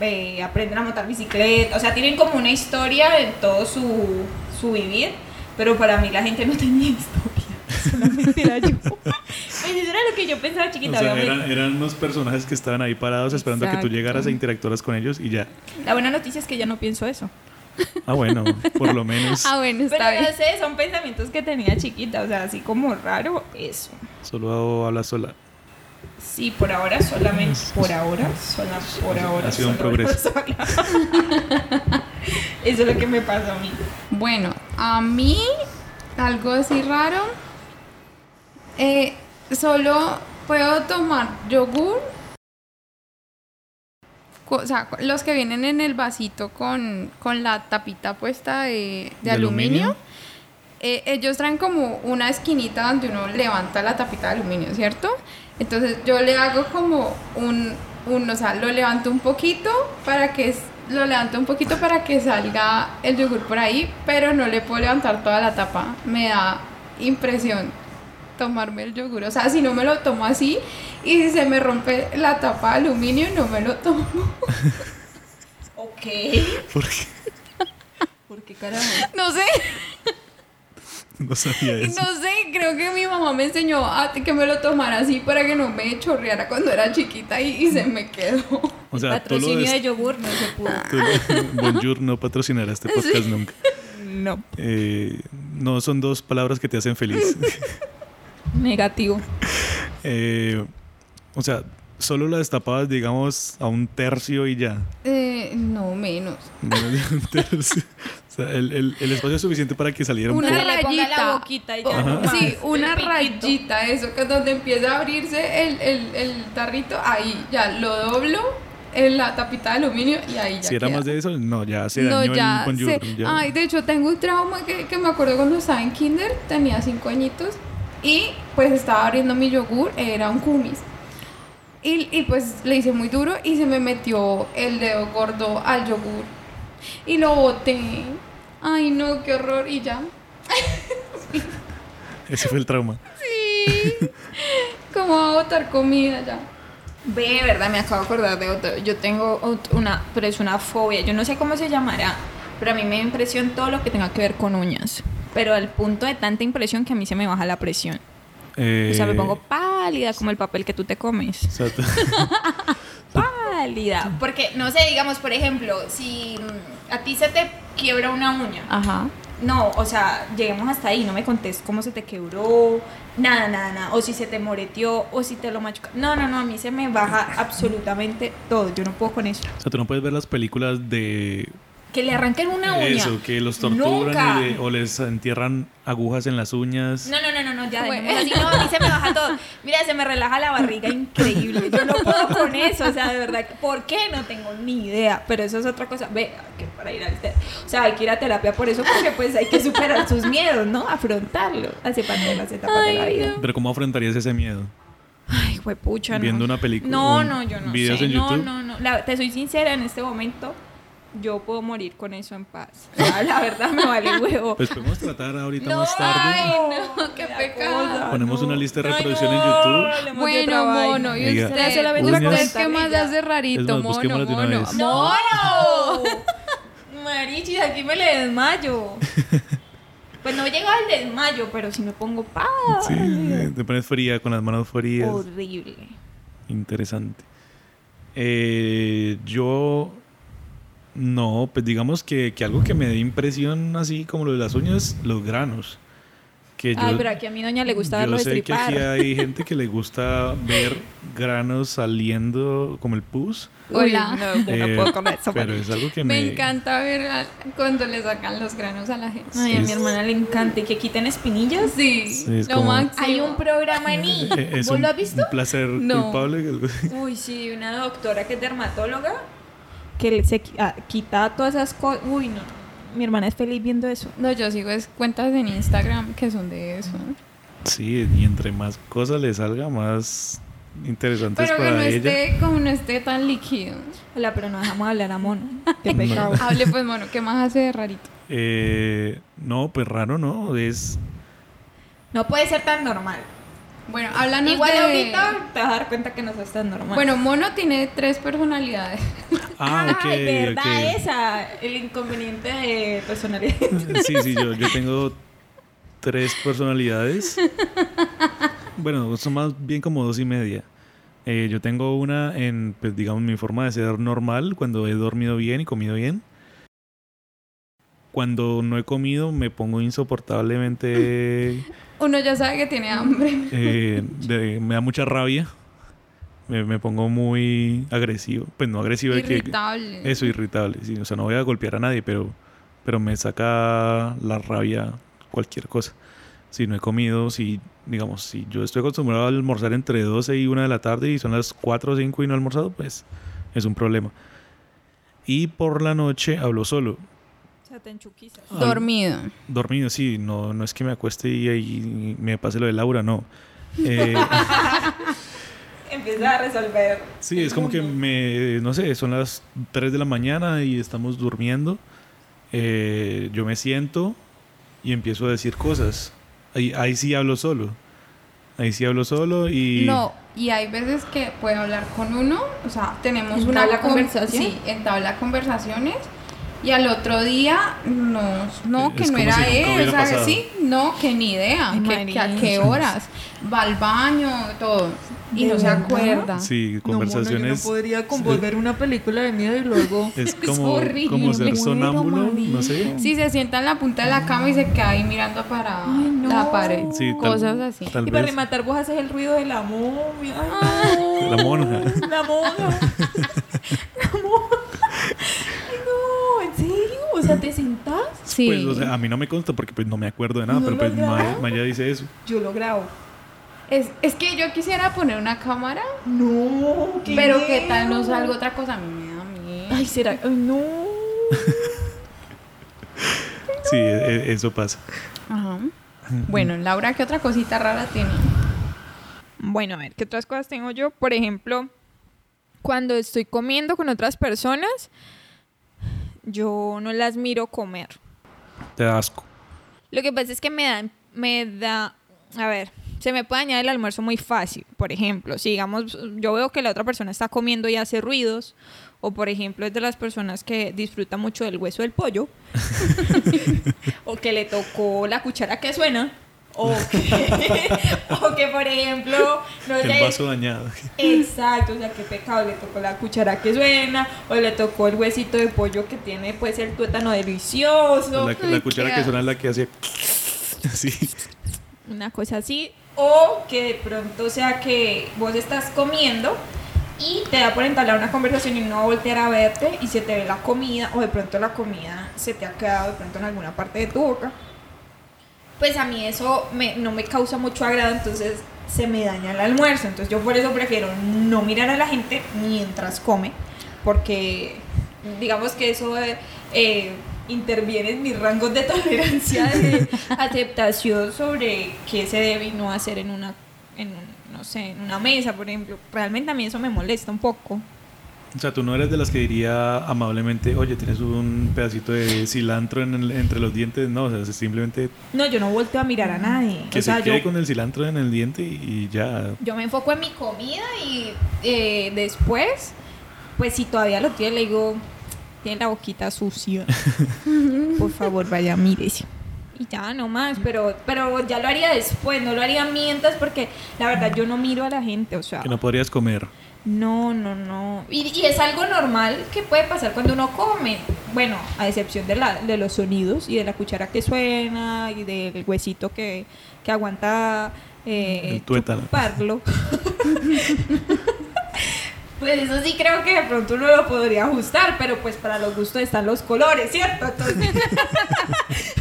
Speaker 2: eh, aprenden a montar bicicleta, o sea, tienen como una historia en todo su, su vivir, pero para mí la gente no tenía historia, [laughs] solamente era yo. Pues eso era lo que yo pensaba
Speaker 4: O
Speaker 2: chiquita,
Speaker 4: sea,
Speaker 2: obviamente.
Speaker 4: eran, eran unos personajes que estaban ahí parados esperando a que tú
Speaker 2: Exacto.
Speaker 4: llegaras e interactuaras con ellos y ya.
Speaker 2: La buena noticia es que ya no pienso eso.
Speaker 4: Ah, bueno, por lo menos
Speaker 1: Ah, bueno,
Speaker 2: Pero
Speaker 1: está bien.
Speaker 2: no sé, son pensamientos que tenía chiquita, o sea, así como raro eso.
Speaker 4: solo habla sola.
Speaker 2: Sí, por ahora solamente, por ahora, sola, por ahora.
Speaker 4: Ha sido un
Speaker 2: sola, [laughs]
Speaker 4: progreso.
Speaker 2: sola. eso es lo que me pasa a mí.
Speaker 1: Bueno, a mí algo así raro. eh, solo puedo tomar yogur. co- O sea, co- los que vienen en el vasito con, con la tapita puesta de, de
Speaker 4: ¿De
Speaker 1: aluminio.
Speaker 4: aluminio?
Speaker 1: eh, ellos traen como una esquinita donde uno levanta la tapita de aluminio, ¿cierto? Entonces yo le hago como un, un o sea, lo levanto un poquito para que es- lo levanto un poquito para que salga el yogur por ahí, pero no le puedo levantar toda la tapa. Me da impresión tomarme el yogur. O sea, si no me lo tomo así y si se me rompe la tapa de aluminio, no me lo tomo. [laughs]
Speaker 6: Ok.
Speaker 4: ¿Por qué?
Speaker 6: ¿Por qué carajo?
Speaker 1: No sé.
Speaker 4: [laughs] No sabía eso.
Speaker 1: No sé, creo que mi mamá me enseñó a que me lo tomara así para que no me chorreara cuando era chiquita y, y se me quedó. [laughs]
Speaker 4: O sea, tú lo,
Speaker 6: Patrocinio
Speaker 4: des-
Speaker 6: de yogur no se pudo.
Speaker 4: tú lo- Bonjour no patrocinará este podcast nunca.
Speaker 7: No.
Speaker 4: Eh, no son dos palabras que te hacen feliz. [laughs]
Speaker 7: Negativo.
Speaker 4: Eh, o sea, solo la destapabas, digamos, a un tercio y ya.
Speaker 1: Eh, no, menos.
Speaker 4: [laughs] Menos de un tercio. O sea, el, el- el espacio es suficiente para que saliera un
Speaker 1: Una
Speaker 4: poco.
Speaker 7: Que le ponga la
Speaker 1: rayita.
Speaker 7: boquita y ya.
Speaker 1: O-
Speaker 7: nomás.
Speaker 1: Sí, una
Speaker 7: El piquito.
Speaker 1: rayita, eso, que es donde empieza a abrirse el, el- el tarrito, ahí ya lo doblo en la tapita de aluminio y ahí ya.
Speaker 4: Si era
Speaker 1: queda.
Speaker 4: más de eso, no, ya se
Speaker 1: no,
Speaker 4: dañó
Speaker 1: ya,
Speaker 4: el bonjour.
Speaker 1: sé.
Speaker 4: ya.
Speaker 1: Ay, de hecho, tengo un trauma que, que me acuerdo cuando estaba en kinder, tenía cinco añitos, y pues estaba abriendo mi yogur, era un kumis. Y, y pues le hice muy duro y se me metió el dedo gordo al yogur. Y lo boté. Ay, no, qué horror. Y ya.
Speaker 4: Ese fue el trauma. [laughs]
Speaker 1: Sí. ¿Cómo va a botar comida ya?
Speaker 7: Ve, verdad, me acabo de acordar de otro. Yo tengo ot- una, pero es una fobia. Yo no sé cómo se llamará, pero a mí me da impresión todo lo que tenga que ver con uñas. Pero al punto de tanta impresión que a mí se me baja la presión. O sea, me
Speaker 4: Eh,
Speaker 7: pongo pálida como el papel que tú te comes.
Speaker 4: o sea, t-
Speaker 7: Pálida.
Speaker 2: Porque, no sé, digamos, por ejemplo, si mm, a ti se te quiebra una uña.
Speaker 7: Ajá.
Speaker 2: No, o sea, lleguemos hasta ahí, no me contés cómo se te quebró, nada, nada, nada, o si se te moreteó, o si te lo machucó. No, no, no, a mí se me baja absolutamente todo, yo no puedo con eso.
Speaker 4: o sea, tú no puedes ver las películas de
Speaker 2: Que le arranquen una uña.
Speaker 4: eso, que los torturan
Speaker 2: Nunca.
Speaker 4: y le- o les entierran agujas en las uñas.
Speaker 2: No, no, no, no, no, ya, dejemos así, no, a mí se me baja todo. Mira, se me relaja la barriga increíble, yo no puedo con eso, o sea, de verdad, ¿por qué? No tengo ni idea, pero eso es otra cosa. Ve, que para ir al te- o sea, hay que ir a terapia por eso, porque pues hay que superar sus miedos, ¿no? Afrontarlos, hace parte de las etapas de la vida.
Speaker 4: Pero ¿cómo afrontarías ese miedo?
Speaker 7: Ay, pucha, no.
Speaker 4: Viendo una película.
Speaker 7: No,
Speaker 4: un-
Speaker 7: no, yo no
Speaker 4: videos
Speaker 7: sé.
Speaker 4: en
Speaker 7: no,
Speaker 4: YouTube.
Speaker 7: no, no. La- te soy sincera, en este momento yo puedo morir con eso en paz. O sea, la verdad me vale huevo.
Speaker 4: Pues podemos tratar ahorita más tarde.
Speaker 7: [laughs]
Speaker 1: no, qué pecado.
Speaker 4: Ponemos una lista de
Speaker 7: Ay,
Speaker 4: reproducción en
Speaker 7: no,
Speaker 4: YouTube.
Speaker 7: hablemos de
Speaker 1: Bueno,
Speaker 7: otra vaina.
Speaker 1: mono, y
Speaker 4: Oiga,
Speaker 1: usted,
Speaker 7: solamente
Speaker 4: uñas.
Speaker 1: usted qué más hace rarito,
Speaker 4: Es más,
Speaker 1: mono,
Speaker 4: busquémoslas de una
Speaker 1: mono.
Speaker 4: vez.
Speaker 7: [laughs]
Speaker 1: Mono.
Speaker 2: ¡No! Marichis, aquí me le
Speaker 4: [laughs]
Speaker 2: desmayo.
Speaker 7: Pues no llego al desmayo, pero si me pongo paz.
Speaker 4: Sí, eh, te pones fría, con las manos frías.
Speaker 7: Horrible.
Speaker 4: Interesante. Eh, yo. No, pues digamos que, que algo que me dé impresión, así como lo de las uñas, los granos. Que Eh, yo,
Speaker 7: Ay, pero aquí a mi doña le gustaba
Speaker 4: yo
Speaker 7: lo de
Speaker 4: sé que aquí
Speaker 7: stripar.
Speaker 4: hay gente que le gusta ver granos saliendo como el pus.
Speaker 1: Hola.
Speaker 7: No, yo
Speaker 4: Eh,
Speaker 7: no puedo con eso.
Speaker 4: pero
Speaker 7: marica.
Speaker 4: es algo que me.
Speaker 1: Me encanta ver a- cuando le sacan los granos a la
Speaker 2: Ah.
Speaker 1: gente.
Speaker 7: Ay, a
Speaker 4: es-
Speaker 7: mi hermana le encanta. ¿Y que quiten espinillas?
Speaker 1: Sí,
Speaker 4: Sí, es
Speaker 1: lo
Speaker 4: como-
Speaker 1: máximo.
Speaker 2: Hay un programa en I.
Speaker 4: Eh, Es
Speaker 2: ¿Vos
Speaker 4: un,
Speaker 2: lo has visto?
Speaker 4: un placer
Speaker 1: No.
Speaker 4: culpable.
Speaker 7: Uy, sí, una doctora que es dermatóloga que se qui- ah, quita todas esas cosas. Uy, no. Mi hermana es feliz viendo eso.
Speaker 1: No, yo sigo es cuentas en Instagram que son de eso.
Speaker 4: [laughs] Sí, y entre más cosas le salga, más interesantes
Speaker 1: Pero este que
Speaker 4: para
Speaker 1: no
Speaker 4: ella.
Speaker 1: esté, como no esté tan líquido.
Speaker 7: Hola, pero no dejamos hablar a Mono.
Speaker 1: [laughs]
Speaker 7: Qué
Speaker 4: No.
Speaker 7: pecado.
Speaker 1: Hable pues, mono, ¿qué más hace de rarito?
Speaker 4: Eh, no, pues raro, ¿no? Es.
Speaker 2: No puede ser tan normal.
Speaker 1: Bueno, háblanos
Speaker 7: Igual
Speaker 1: de...
Speaker 7: ahorita te vas a dar cuenta que no sos tan normal.
Speaker 1: Bueno, mono tiene tres personalidades.
Speaker 4: Ah, ok,
Speaker 7: Ay, verdad
Speaker 4: ok.
Speaker 7: esa, el inconveniente de personalidad. [laughs]
Speaker 4: [laughs] Sí, sí, yo, yo tengo tres personalidades. Bueno, son más bien como dos y media. Eh, yo tengo una en, pues, digamos, mi forma de ser normal, cuando he dormido bien y comido bien. Cuando no he comido me pongo insoportablemente...
Speaker 1: Uno ya sabe que tiene hambre.
Speaker 4: eh, de- me da mucha rabia. Me, me pongo muy agresivo. Pues no agresivo, es que...
Speaker 1: Irritable.
Speaker 4: Eso, irritable, sí. O sea, no voy a golpear a nadie, pero, pero me saca la rabia cualquier cosa. Si no he comido, si, digamos, si yo estoy acostumbrado a almorzar entre 12 y 1 de la tarde y son las 4 o 5 y no he almorzado, pues es un problema. Y por la noche hablo solo.
Speaker 7: sea, te enchuquizas.
Speaker 4: Al-
Speaker 1: Dormido.
Speaker 4: Dormido, sí. No, no es que me acueste y ahí me pase lo de Laura, no. Eh,
Speaker 6: Empieza a resolver.
Speaker 4: sí, es como que me, no sé, son las 3 de la mañana y estamos durmiendo. Eh, yo me siento y empiezo a decir cosas. Ahí, ahí sí hablo solo. Ahí sí hablo solo y...
Speaker 1: No, y hay veces que puedo hablar con uno, o sea, tenemos una
Speaker 2: ¿Entabla
Speaker 1: con-
Speaker 2: conversación?
Speaker 1: Sí, entabla conversaciones y al otro día nos, no,
Speaker 4: Eh, Es
Speaker 1: que no
Speaker 4: como
Speaker 1: era
Speaker 4: si nunca
Speaker 1: él,
Speaker 4: hubiera
Speaker 1: o sea,
Speaker 4: pasado.
Speaker 1: sí, no, que ni idea,
Speaker 7: Ay,
Speaker 1: que, que a
Speaker 7: María.
Speaker 1: qué horas, va al baño, todo, y
Speaker 6: ¿De
Speaker 1: no se
Speaker 6: verdad?
Speaker 1: acuerda.
Speaker 6: No,
Speaker 4: Sí,
Speaker 6: mona, yo
Speaker 4: conversaciones...
Speaker 6: no podría convolver una película de miedo y luego.
Speaker 4: [laughs] Es como,
Speaker 1: horrible.
Speaker 4: como ser
Speaker 6: Me
Speaker 4: sonámbulo,
Speaker 6: muero,
Speaker 4: no sé.
Speaker 1: Sí, se sienta en la punta de la cama y se queda ahí mirando para
Speaker 6: no.
Speaker 1: la pared,
Speaker 4: Sí, pues, tal-
Speaker 1: cosas así.
Speaker 4: Tal
Speaker 6: Y para
Speaker 4: vez.
Speaker 6: rematar, vos haces el ruido de la momia. Ay, no.
Speaker 4: La monja. [laughs]
Speaker 6: La monja. La monja. Ay, no, ¿en serio? O sea, ¿te sentás?
Speaker 1: Sí.
Speaker 4: Pues, o sea, a mí no me consta porque pues no me acuerdo de nada,
Speaker 6: ¿No
Speaker 4: pero pues
Speaker 6: lo
Speaker 4: Maya,
Speaker 6: grabó?
Speaker 4: Maya dice eso.
Speaker 6: Yo lo grabo.
Speaker 1: es, es que yo quisiera poner una cámara,
Speaker 6: No, qué
Speaker 1: pero qué tal no
Speaker 6: miedo.
Speaker 1: salga otra cosa, a mí me da miedo.
Speaker 6: Ay, será. Ay, no.
Speaker 4: Sí, e- e- eso pasa.
Speaker 1: Ajá. Bueno, Laura, ¿qué otra cosita rara tiene?
Speaker 7: Bueno, a ver, ¿qué otras cosas tengo yo? Por ejemplo, cuando estoy comiendo con otras personas, yo no las miro comer.
Speaker 4: Te da asco.
Speaker 7: Lo que pasa es que me dan, me da, a ver, se me puede añadir el almuerzo muy fácil. Por ejemplo, si digamos, yo veo que la otra persona está comiendo y hace ruidos, o por ejemplo es de las personas que disfruta mucho del hueso del pollo,
Speaker 4: [laughs]
Speaker 2: o que le tocó la cuchara que suena, o
Speaker 7: [laughs]
Speaker 2: que, o que por ejemplo, no
Speaker 4: El
Speaker 2: sé,
Speaker 4: vaso dañado.
Speaker 2: exacto, o sea, qué pecado, le tocó la cuchara que suena, o le tocó el huesito de pollo que tiene pues el tuétano delicioso,
Speaker 4: La, la cuchara que suena es la que hace. [laughs] Sí.
Speaker 7: una cosa así.
Speaker 2: o que de pronto sea que vos estás comiendo y te da por entablar una conversación y no voltear a verte y se te ve la comida, o de pronto la comida se te ha quedado de pronto en alguna parte de tu boca. pues a mí eso me- no me causa mucho agrado, entonces se me daña el almuerzo. Entonces yo por eso prefiero no mirar a la gente mientras come, porque digamos que eso eh, eh, interviene en mis rangos de [laughs] tolerancia, de aceptación sobre qué se debe y no hacer en una, en un- no sé, en una mesa, por ejemplo. Realmente a mí eso me molesta un poco.
Speaker 4: O sea, tú no eres de las que diría amablemente, oye, tienes un pedacito de cilantro en el- entre los dientes. No, o sea, simplemente
Speaker 2: No, yo no volteo a mirar a nadie.
Speaker 4: que
Speaker 2: o sea,
Speaker 4: se quede
Speaker 2: yo,
Speaker 4: con el cilantro en el diente y, y ya.
Speaker 2: yo me enfoco en mi comida y eh, después, pues si todavía lo tiene, le digo, tiene la boquita sucia. Por favor, vaya, mírese. Y ya, no más, pero, pero ya lo haría después, no lo haría mientras porque la verdad yo no miro a la gente, o sea,
Speaker 4: Que no podrías comer.
Speaker 2: no, no, no. Y, y es algo normal que puede pasar cuando uno come, bueno, a excepción de, la, de los sonidos y de la cuchara que suena y del huesito que, que aguanta eh,
Speaker 4: El tuétano. [laughs]
Speaker 2: chuparlo. [laughs] Pues eso sí creo que de pronto uno lo podría ajustar, pero pues para los gustos están los colores, ¿cierto? Entonces, [laughs]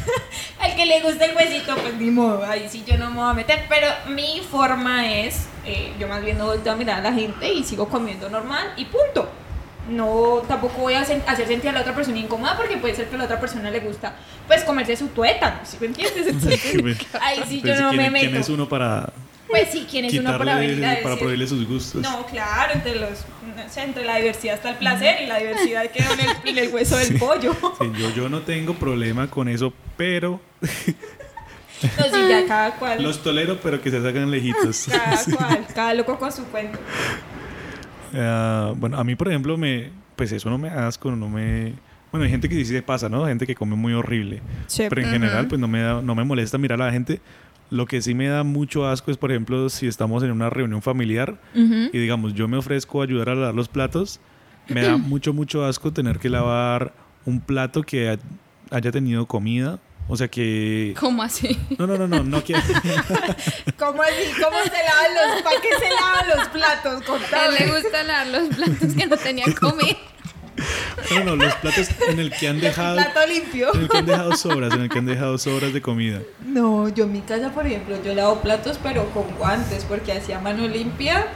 Speaker 2: al que le gusta el huesito, pues ni modo, ahí sí yo no me voy a meter, pero mi forma es, eh, yo más bien no volteo a mirar a la gente y sigo comiendo normal y punto. No, tampoco voy a sen- hacer sentir a la otra persona incómoda porque puede ser que a la otra persona le gusta pues comerse su tuétano, ¿sí me entiendes? Entonces, ahí sí yo
Speaker 4: Entonces,
Speaker 2: no me
Speaker 4: pues, ¿quién-
Speaker 2: meto.
Speaker 4: ¿Quién es uno para
Speaker 2: Pues sí, ¿quién es uno para venir a
Speaker 4: quitarle, para pues.
Speaker 2: decir?
Speaker 4: prohibirle sus gustos?
Speaker 2: No, claro, entre los no sé, entre la diversidad está el placer y la diversidad quedó en el, en el hueso del pollo.
Speaker 4: Sí, yo, yo no tengo problema con eso, pero
Speaker 2: [laughs] No, sí, ya cada cual,
Speaker 4: los tolero, pero que se sacan
Speaker 2: [laughs]
Speaker 4: lejitos. [laughs]
Speaker 2: cada cual, cada loco con su cuento.
Speaker 4: Ah, bueno, a mí, por ejemplo, me, pues eso no me da asco, no me... Bueno, hay gente que sí se pasa, ¿no? Gente que come muy horrible. Pero en general, pues no me, da- no me molesta mirar a la gente. Lo que sí me da mucho asco es, por ejemplo, si estamos en una reunión familiar y digamos, yo me ofrezco a ayudar a lavar los platos, me da mucho, mucho asco tener que lavar un plato que ha- haya tenido comida. O sea que...
Speaker 1: ¿Cómo [laughs] así?
Speaker 4: No, no, no, no, no quiero...
Speaker 2: ¿Cómo así? ¿Cómo se lavan los, para qué se lavan los platos?
Speaker 1: A él le
Speaker 2: Contame.
Speaker 1: gusta lavar los platos que no tenía comida.
Speaker 4: No, no, los platos en el que han dejado...
Speaker 2: Plato limpio.
Speaker 4: En el que han dejado sobras, en el que han dejado sobras de comida.
Speaker 6: No, yo mi
Speaker 2: casa, por ejemplo, yo lavo platos, pero con guantes, porque hacía mano limpia.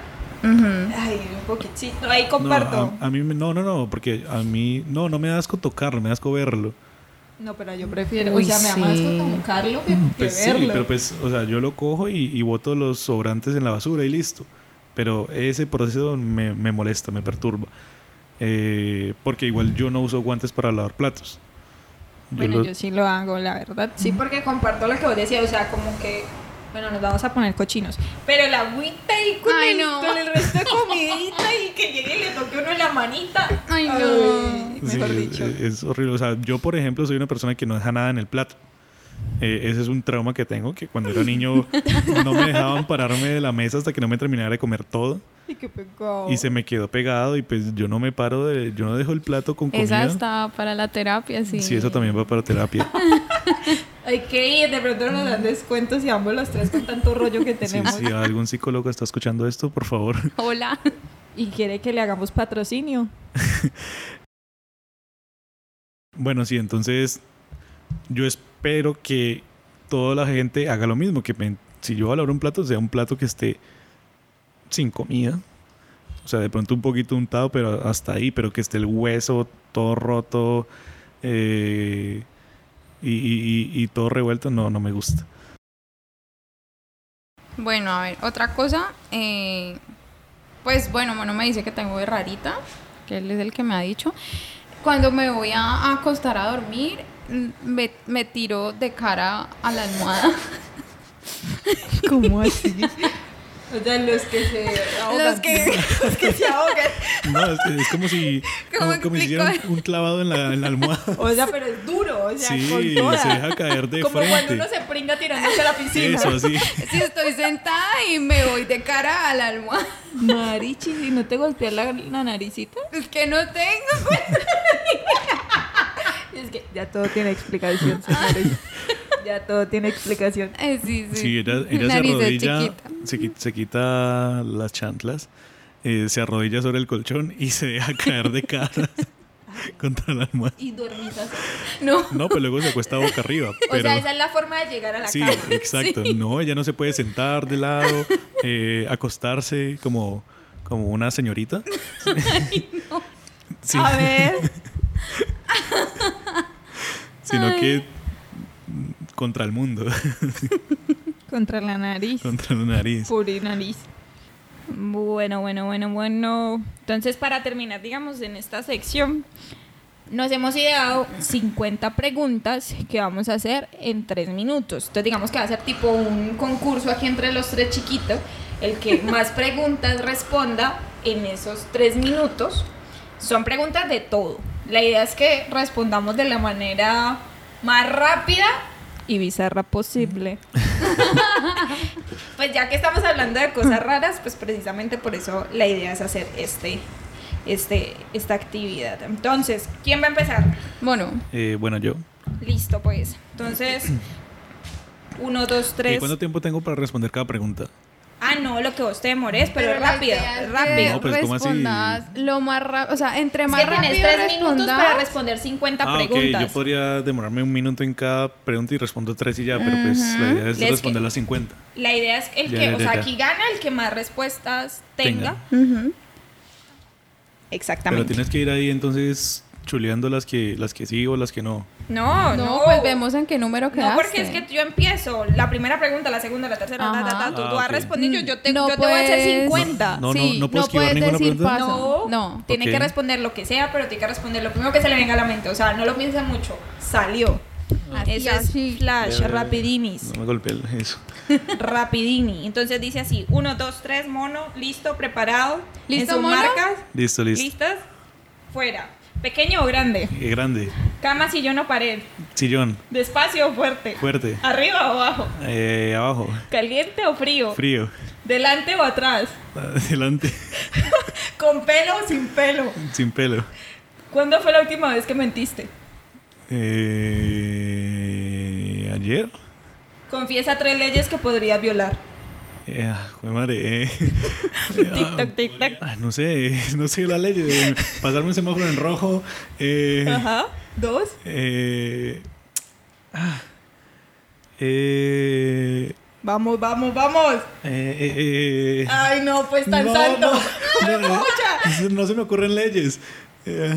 Speaker 2: Ay, un poquitito, ahí
Speaker 4: No,
Speaker 2: comparto.
Speaker 4: a, a mí me- no, no, no, porque a mí no, no me da asco tocarlo, me da asco verlo.
Speaker 2: No, pero yo prefiero.
Speaker 1: Uy,
Speaker 2: o sea, me amas
Speaker 1: sí.
Speaker 2: con Carlos que, que
Speaker 4: Pues sí,
Speaker 2: verlo.
Speaker 4: pero pues, o sea, yo lo cojo y, y boto los sobrantes en la basura y listo. Pero ese proceso me, me molesta, me perturba. Eh, porque igual yo no uso guantes para lavar platos. Yo
Speaker 7: Bueno,
Speaker 4: lo-
Speaker 7: yo sí lo hago, la verdad.
Speaker 2: Sí, porque comparto lo que vos decías, o sea, como que.
Speaker 7: Bueno, nos vamos a poner cochinos. Pero la agüita y con,
Speaker 1: Ay,
Speaker 7: el,
Speaker 1: no.
Speaker 7: con el resto de comidita.
Speaker 2: y que llegue y le toque uno en la manita.
Speaker 1: Ay, no.
Speaker 4: Sí,
Speaker 2: mejor
Speaker 4: es-
Speaker 2: dicho.
Speaker 4: Es, horrible. O sea, yo, por ejemplo, soy una persona que no deja nada en el plato. Eh, ese es un trauma que tengo, que cuando era
Speaker 2: [laughs]
Speaker 4: niño no me dejaban pararme de la mesa hasta que no me terminara de comer todo.
Speaker 7: Y qué pecado.
Speaker 4: Y se me quedó pegado y pues yo no me paro de... Yo no dejo el plato con comida.
Speaker 1: Esa está para la terapia, sí.
Speaker 4: Sí, eso también va para terapia.
Speaker 2: Hay que ir, de pronto nos dan descuentos y ambos los tres con tanto rollo que
Speaker 4: Sí,
Speaker 2: tenemos.
Speaker 4: si algún psicólogo está escuchando esto, por favor. [laughs]
Speaker 1: Hola.
Speaker 7: Y quiere que le hagamos patrocinio.
Speaker 4: Bueno, sí, entonces yo espero que toda la gente haga lo mismo, que me- si yo valoro un plato, sea un plato que esté sin comida. O sea, de pronto un poquito untado, pero hasta ahí, pero que esté el hueso todo roto eh, y, y- y- y todo revuelto, no, no me gusta.
Speaker 1: Bueno, a ver, otra cosa. eh, pues bueno, Mono me dice que tengo de rarita, que él es el que me ha dicho. Cuando me voy a a acostar a dormir, mm, me, me tiro de cara a la almohada.
Speaker 7: ¿Cómo [laughs] así?
Speaker 2: O sea, los que se ahogan.
Speaker 1: Los que-
Speaker 2: los que se ahogan.
Speaker 4: No, es, es como
Speaker 2: [laughs]
Speaker 4: si,
Speaker 1: ¿Cómo
Speaker 4: como, como si
Speaker 1: explico?
Speaker 4: hicieran un clavado en la, en la almohada.
Speaker 2: O sea, pero es duro, o sea,
Speaker 4: Sí,
Speaker 2: con
Speaker 4: se
Speaker 2: toda.
Speaker 4: deja caer de
Speaker 2: como cuando
Speaker 4: frente.
Speaker 2: uno se pringa tirándose a la piscina.
Speaker 4: Eso,
Speaker 2: [laughs]
Speaker 4: sí.
Speaker 1: Si estoy sentada y me voy de cara a la almohada.
Speaker 7: Marichi, ¿y no te golpeas la, la naricita?
Speaker 1: Es que no tengo.
Speaker 7: Es que ya todo tiene explicación, señores. ya todo tiene explicación.
Speaker 1: Eh, sí, sí.
Speaker 4: Sí, ella, ella se
Speaker 1: Nariz de
Speaker 4: arrodilla,
Speaker 1: chiquita.
Speaker 4: se, qui- se quita las chantlas, eh, se arrodilla sobre el colchón y se deja caer de cara [laughs] contra la almohada.
Speaker 2: Y dormís así.
Speaker 1: No.
Speaker 4: No, pero luego se acuesta boca
Speaker 2: [laughs]
Speaker 4: arriba.
Speaker 2: O
Speaker 4: Pero,
Speaker 2: sea, esa es la forma de llegar a la [laughs]
Speaker 4: sí,
Speaker 2: cama.
Speaker 4: exacto. No, ella no se puede sentar de lado, eh, acostarse como, como
Speaker 2: [laughs]
Speaker 4: una señorita. Sí,
Speaker 7: A ver.
Speaker 4: [laughs] sino que mm, contra el mundo, [laughs]
Speaker 7: Contra la nariz.
Speaker 4: contra la nariz.
Speaker 7: Puri nariz. Bueno, bueno, bueno, bueno. Entonces, para terminar, digamos, en esta sección, nos hemos ideado 50 preguntas que vamos a hacer en 3 minutos.
Speaker 2: Entonces digamos que va a ser tipo un concurso aquí entre los tres chiquitos. El que más preguntas responda en esos tres minutos. Son preguntas de todo. La idea es que respondamos de la manera más rápida.
Speaker 7: Y bizarra posible.
Speaker 2: Pues ya que estamos hablando de cosas raras, pues precisamente por eso la idea es hacer este, este, esta actividad. Entonces, ¿quién va a empezar?
Speaker 1: Bueno,
Speaker 4: Eh, bueno, yo.
Speaker 2: Listo, pues.
Speaker 4: [clears throat]
Speaker 2: Entonces, uno, dos,
Speaker 4: ¿Y
Speaker 2: tres.
Speaker 4: Eh, cuánto tiempo tengo para responder cada pregunta?
Speaker 2: Ah, no, lo que vos te demores, pero,
Speaker 1: Pero la
Speaker 2: rápido,
Speaker 1: idea es que
Speaker 2: rápido.
Speaker 4: No, pues, ¿cómo así?
Speaker 1: respondas lo más rápido, o sea, entre más
Speaker 2: Es que
Speaker 1: rápido
Speaker 2: tenés tres minutos para
Speaker 1: respondas-
Speaker 2: responder 50
Speaker 4: Ah, ok,
Speaker 2: preguntas.
Speaker 4: yo podría demorarme un minuto en cada pregunta y respondo tres y ya, pero pues la idea es
Speaker 2: Les-
Speaker 4: responder las 50.
Speaker 2: La idea es el
Speaker 4: Ya,
Speaker 2: que,
Speaker 4: ya,
Speaker 2: o
Speaker 4: ya,
Speaker 2: sea,
Speaker 4: ya.
Speaker 2: aquí gana el que más respuestas tenga.
Speaker 4: Tenga.
Speaker 1: Ujú.
Speaker 4: Pero
Speaker 2: Exactamente.
Speaker 4: tienes que ir ahí entonces chuleando las que, las que sí o las que no.
Speaker 2: No,
Speaker 1: No,
Speaker 2: no,
Speaker 1: pues vemos en qué número
Speaker 2: No,
Speaker 1: quedaste.
Speaker 2: porque es que yo empiezo la primera pregunta, la segunda, la tercera, ta, ta, ta,
Speaker 1: Ajá.
Speaker 2: tú,
Speaker 4: Ah,
Speaker 2: tú vas
Speaker 4: ok.
Speaker 2: a responder, yo, yo te,
Speaker 1: No
Speaker 2: yo te voy a hacer
Speaker 1: puedes-
Speaker 2: 50.
Speaker 4: No, no,
Speaker 1: Sí,
Speaker 4: no puedo esquivar ninguna
Speaker 1: decir
Speaker 4: pregunta.
Speaker 1: paso.
Speaker 2: No.
Speaker 1: No.
Speaker 2: Tiene
Speaker 4: Ok.
Speaker 2: que responder lo que sea, pero tiene que responder lo primero que se le venga a la mente. O sea, no lo piensa mucho. Salió.
Speaker 1: Ah. Así,
Speaker 2: Eso es
Speaker 1: así.
Speaker 2: flash,
Speaker 4: Ya, ya, ya.
Speaker 2: rapidinis.
Speaker 4: No me golpeé el- eso.
Speaker 2: [laughs] Rapidini. Entonces dice así: 1, 2, 3, mono, listo, preparado.
Speaker 1: ¿Listo,
Speaker 2: en sus
Speaker 1: mono?
Speaker 2: marcas,
Speaker 4: Listo, listo.
Speaker 2: listas, fuera. Pequeño o grande.
Speaker 4: Eh, grande.
Speaker 2: Cama, sillón o pared.
Speaker 4: Sillón.
Speaker 2: Despacio o fuerte.
Speaker 4: Fuerte.
Speaker 2: Arriba o abajo.
Speaker 4: Eh, abajo.
Speaker 2: Caliente o frío.
Speaker 4: Frío. [laughs]
Speaker 2: Delante o atrás.
Speaker 4: Adelante.
Speaker 2: Con pelo o sin pelo.
Speaker 4: Sin pelo.
Speaker 2: ¿Cuándo fue la última vez que mentiste?
Speaker 4: Eh, Ayer.
Speaker 2: Confiesa tres leyes que podrías violar.
Speaker 4: Eh, ah,
Speaker 2: [laughs]
Speaker 4: jue madre. eh. Ah,
Speaker 2: Tic-tac, tic-tac.
Speaker 4: ah, no sé, [laughs] no sé la ley. de Pasarme un semáforo en rojo. Eh,
Speaker 2: Ajá. Dos.
Speaker 4: Eh, ah, eh,
Speaker 2: Vamos, vamos, vamos.
Speaker 4: eh, eh, eh.
Speaker 2: Ay, no, pues Ah, tan
Speaker 4: No,
Speaker 2: [laughs] santo.
Speaker 4: no, no, no, no se me ocurren leyes. Eh,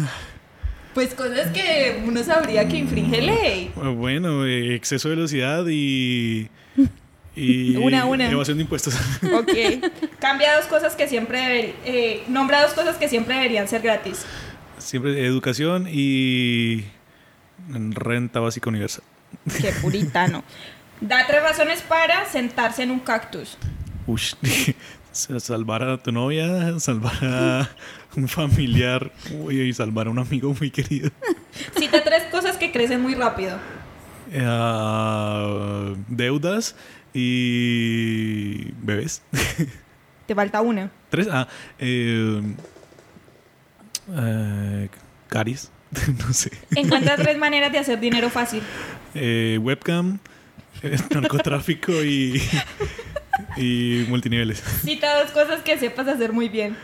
Speaker 2: Pues cosas que uno sabría que infringe ley.
Speaker 4: Bueno, eh, exceso de velocidad y.
Speaker 2: [laughs]
Speaker 4: y
Speaker 8: Una, una.
Speaker 4: Evasión de impuestos. [laughs]
Speaker 8: Ok.
Speaker 2: Cambia dos cosas que siempre debe- eh, nombra dos cosas que siempre deberían ser gratis.
Speaker 4: Siempre educación y. renta básica universal.
Speaker 8: Qué puritano.
Speaker 2: Da tres razones para sentarse en un cactus.
Speaker 4: Uy, [laughs] salvar a tu novia, salvar a un familiar uy, y salvar a un amigo muy querido.
Speaker 2: Cita tres cosas que crecen muy rápido.
Speaker 4: Eh, ah, deudas y bebés. [laughs]
Speaker 8: Te falta una.
Speaker 4: Tres. Ah, eh, eh, caries. [laughs] no sé.
Speaker 2: Encuentra tres maneras de hacer dinero fácil.
Speaker 4: Eh, webcam, [laughs] eh, narcotráfico y, [laughs] y multiniveles.
Speaker 2: Cita dos cosas que sepas hacer muy bien.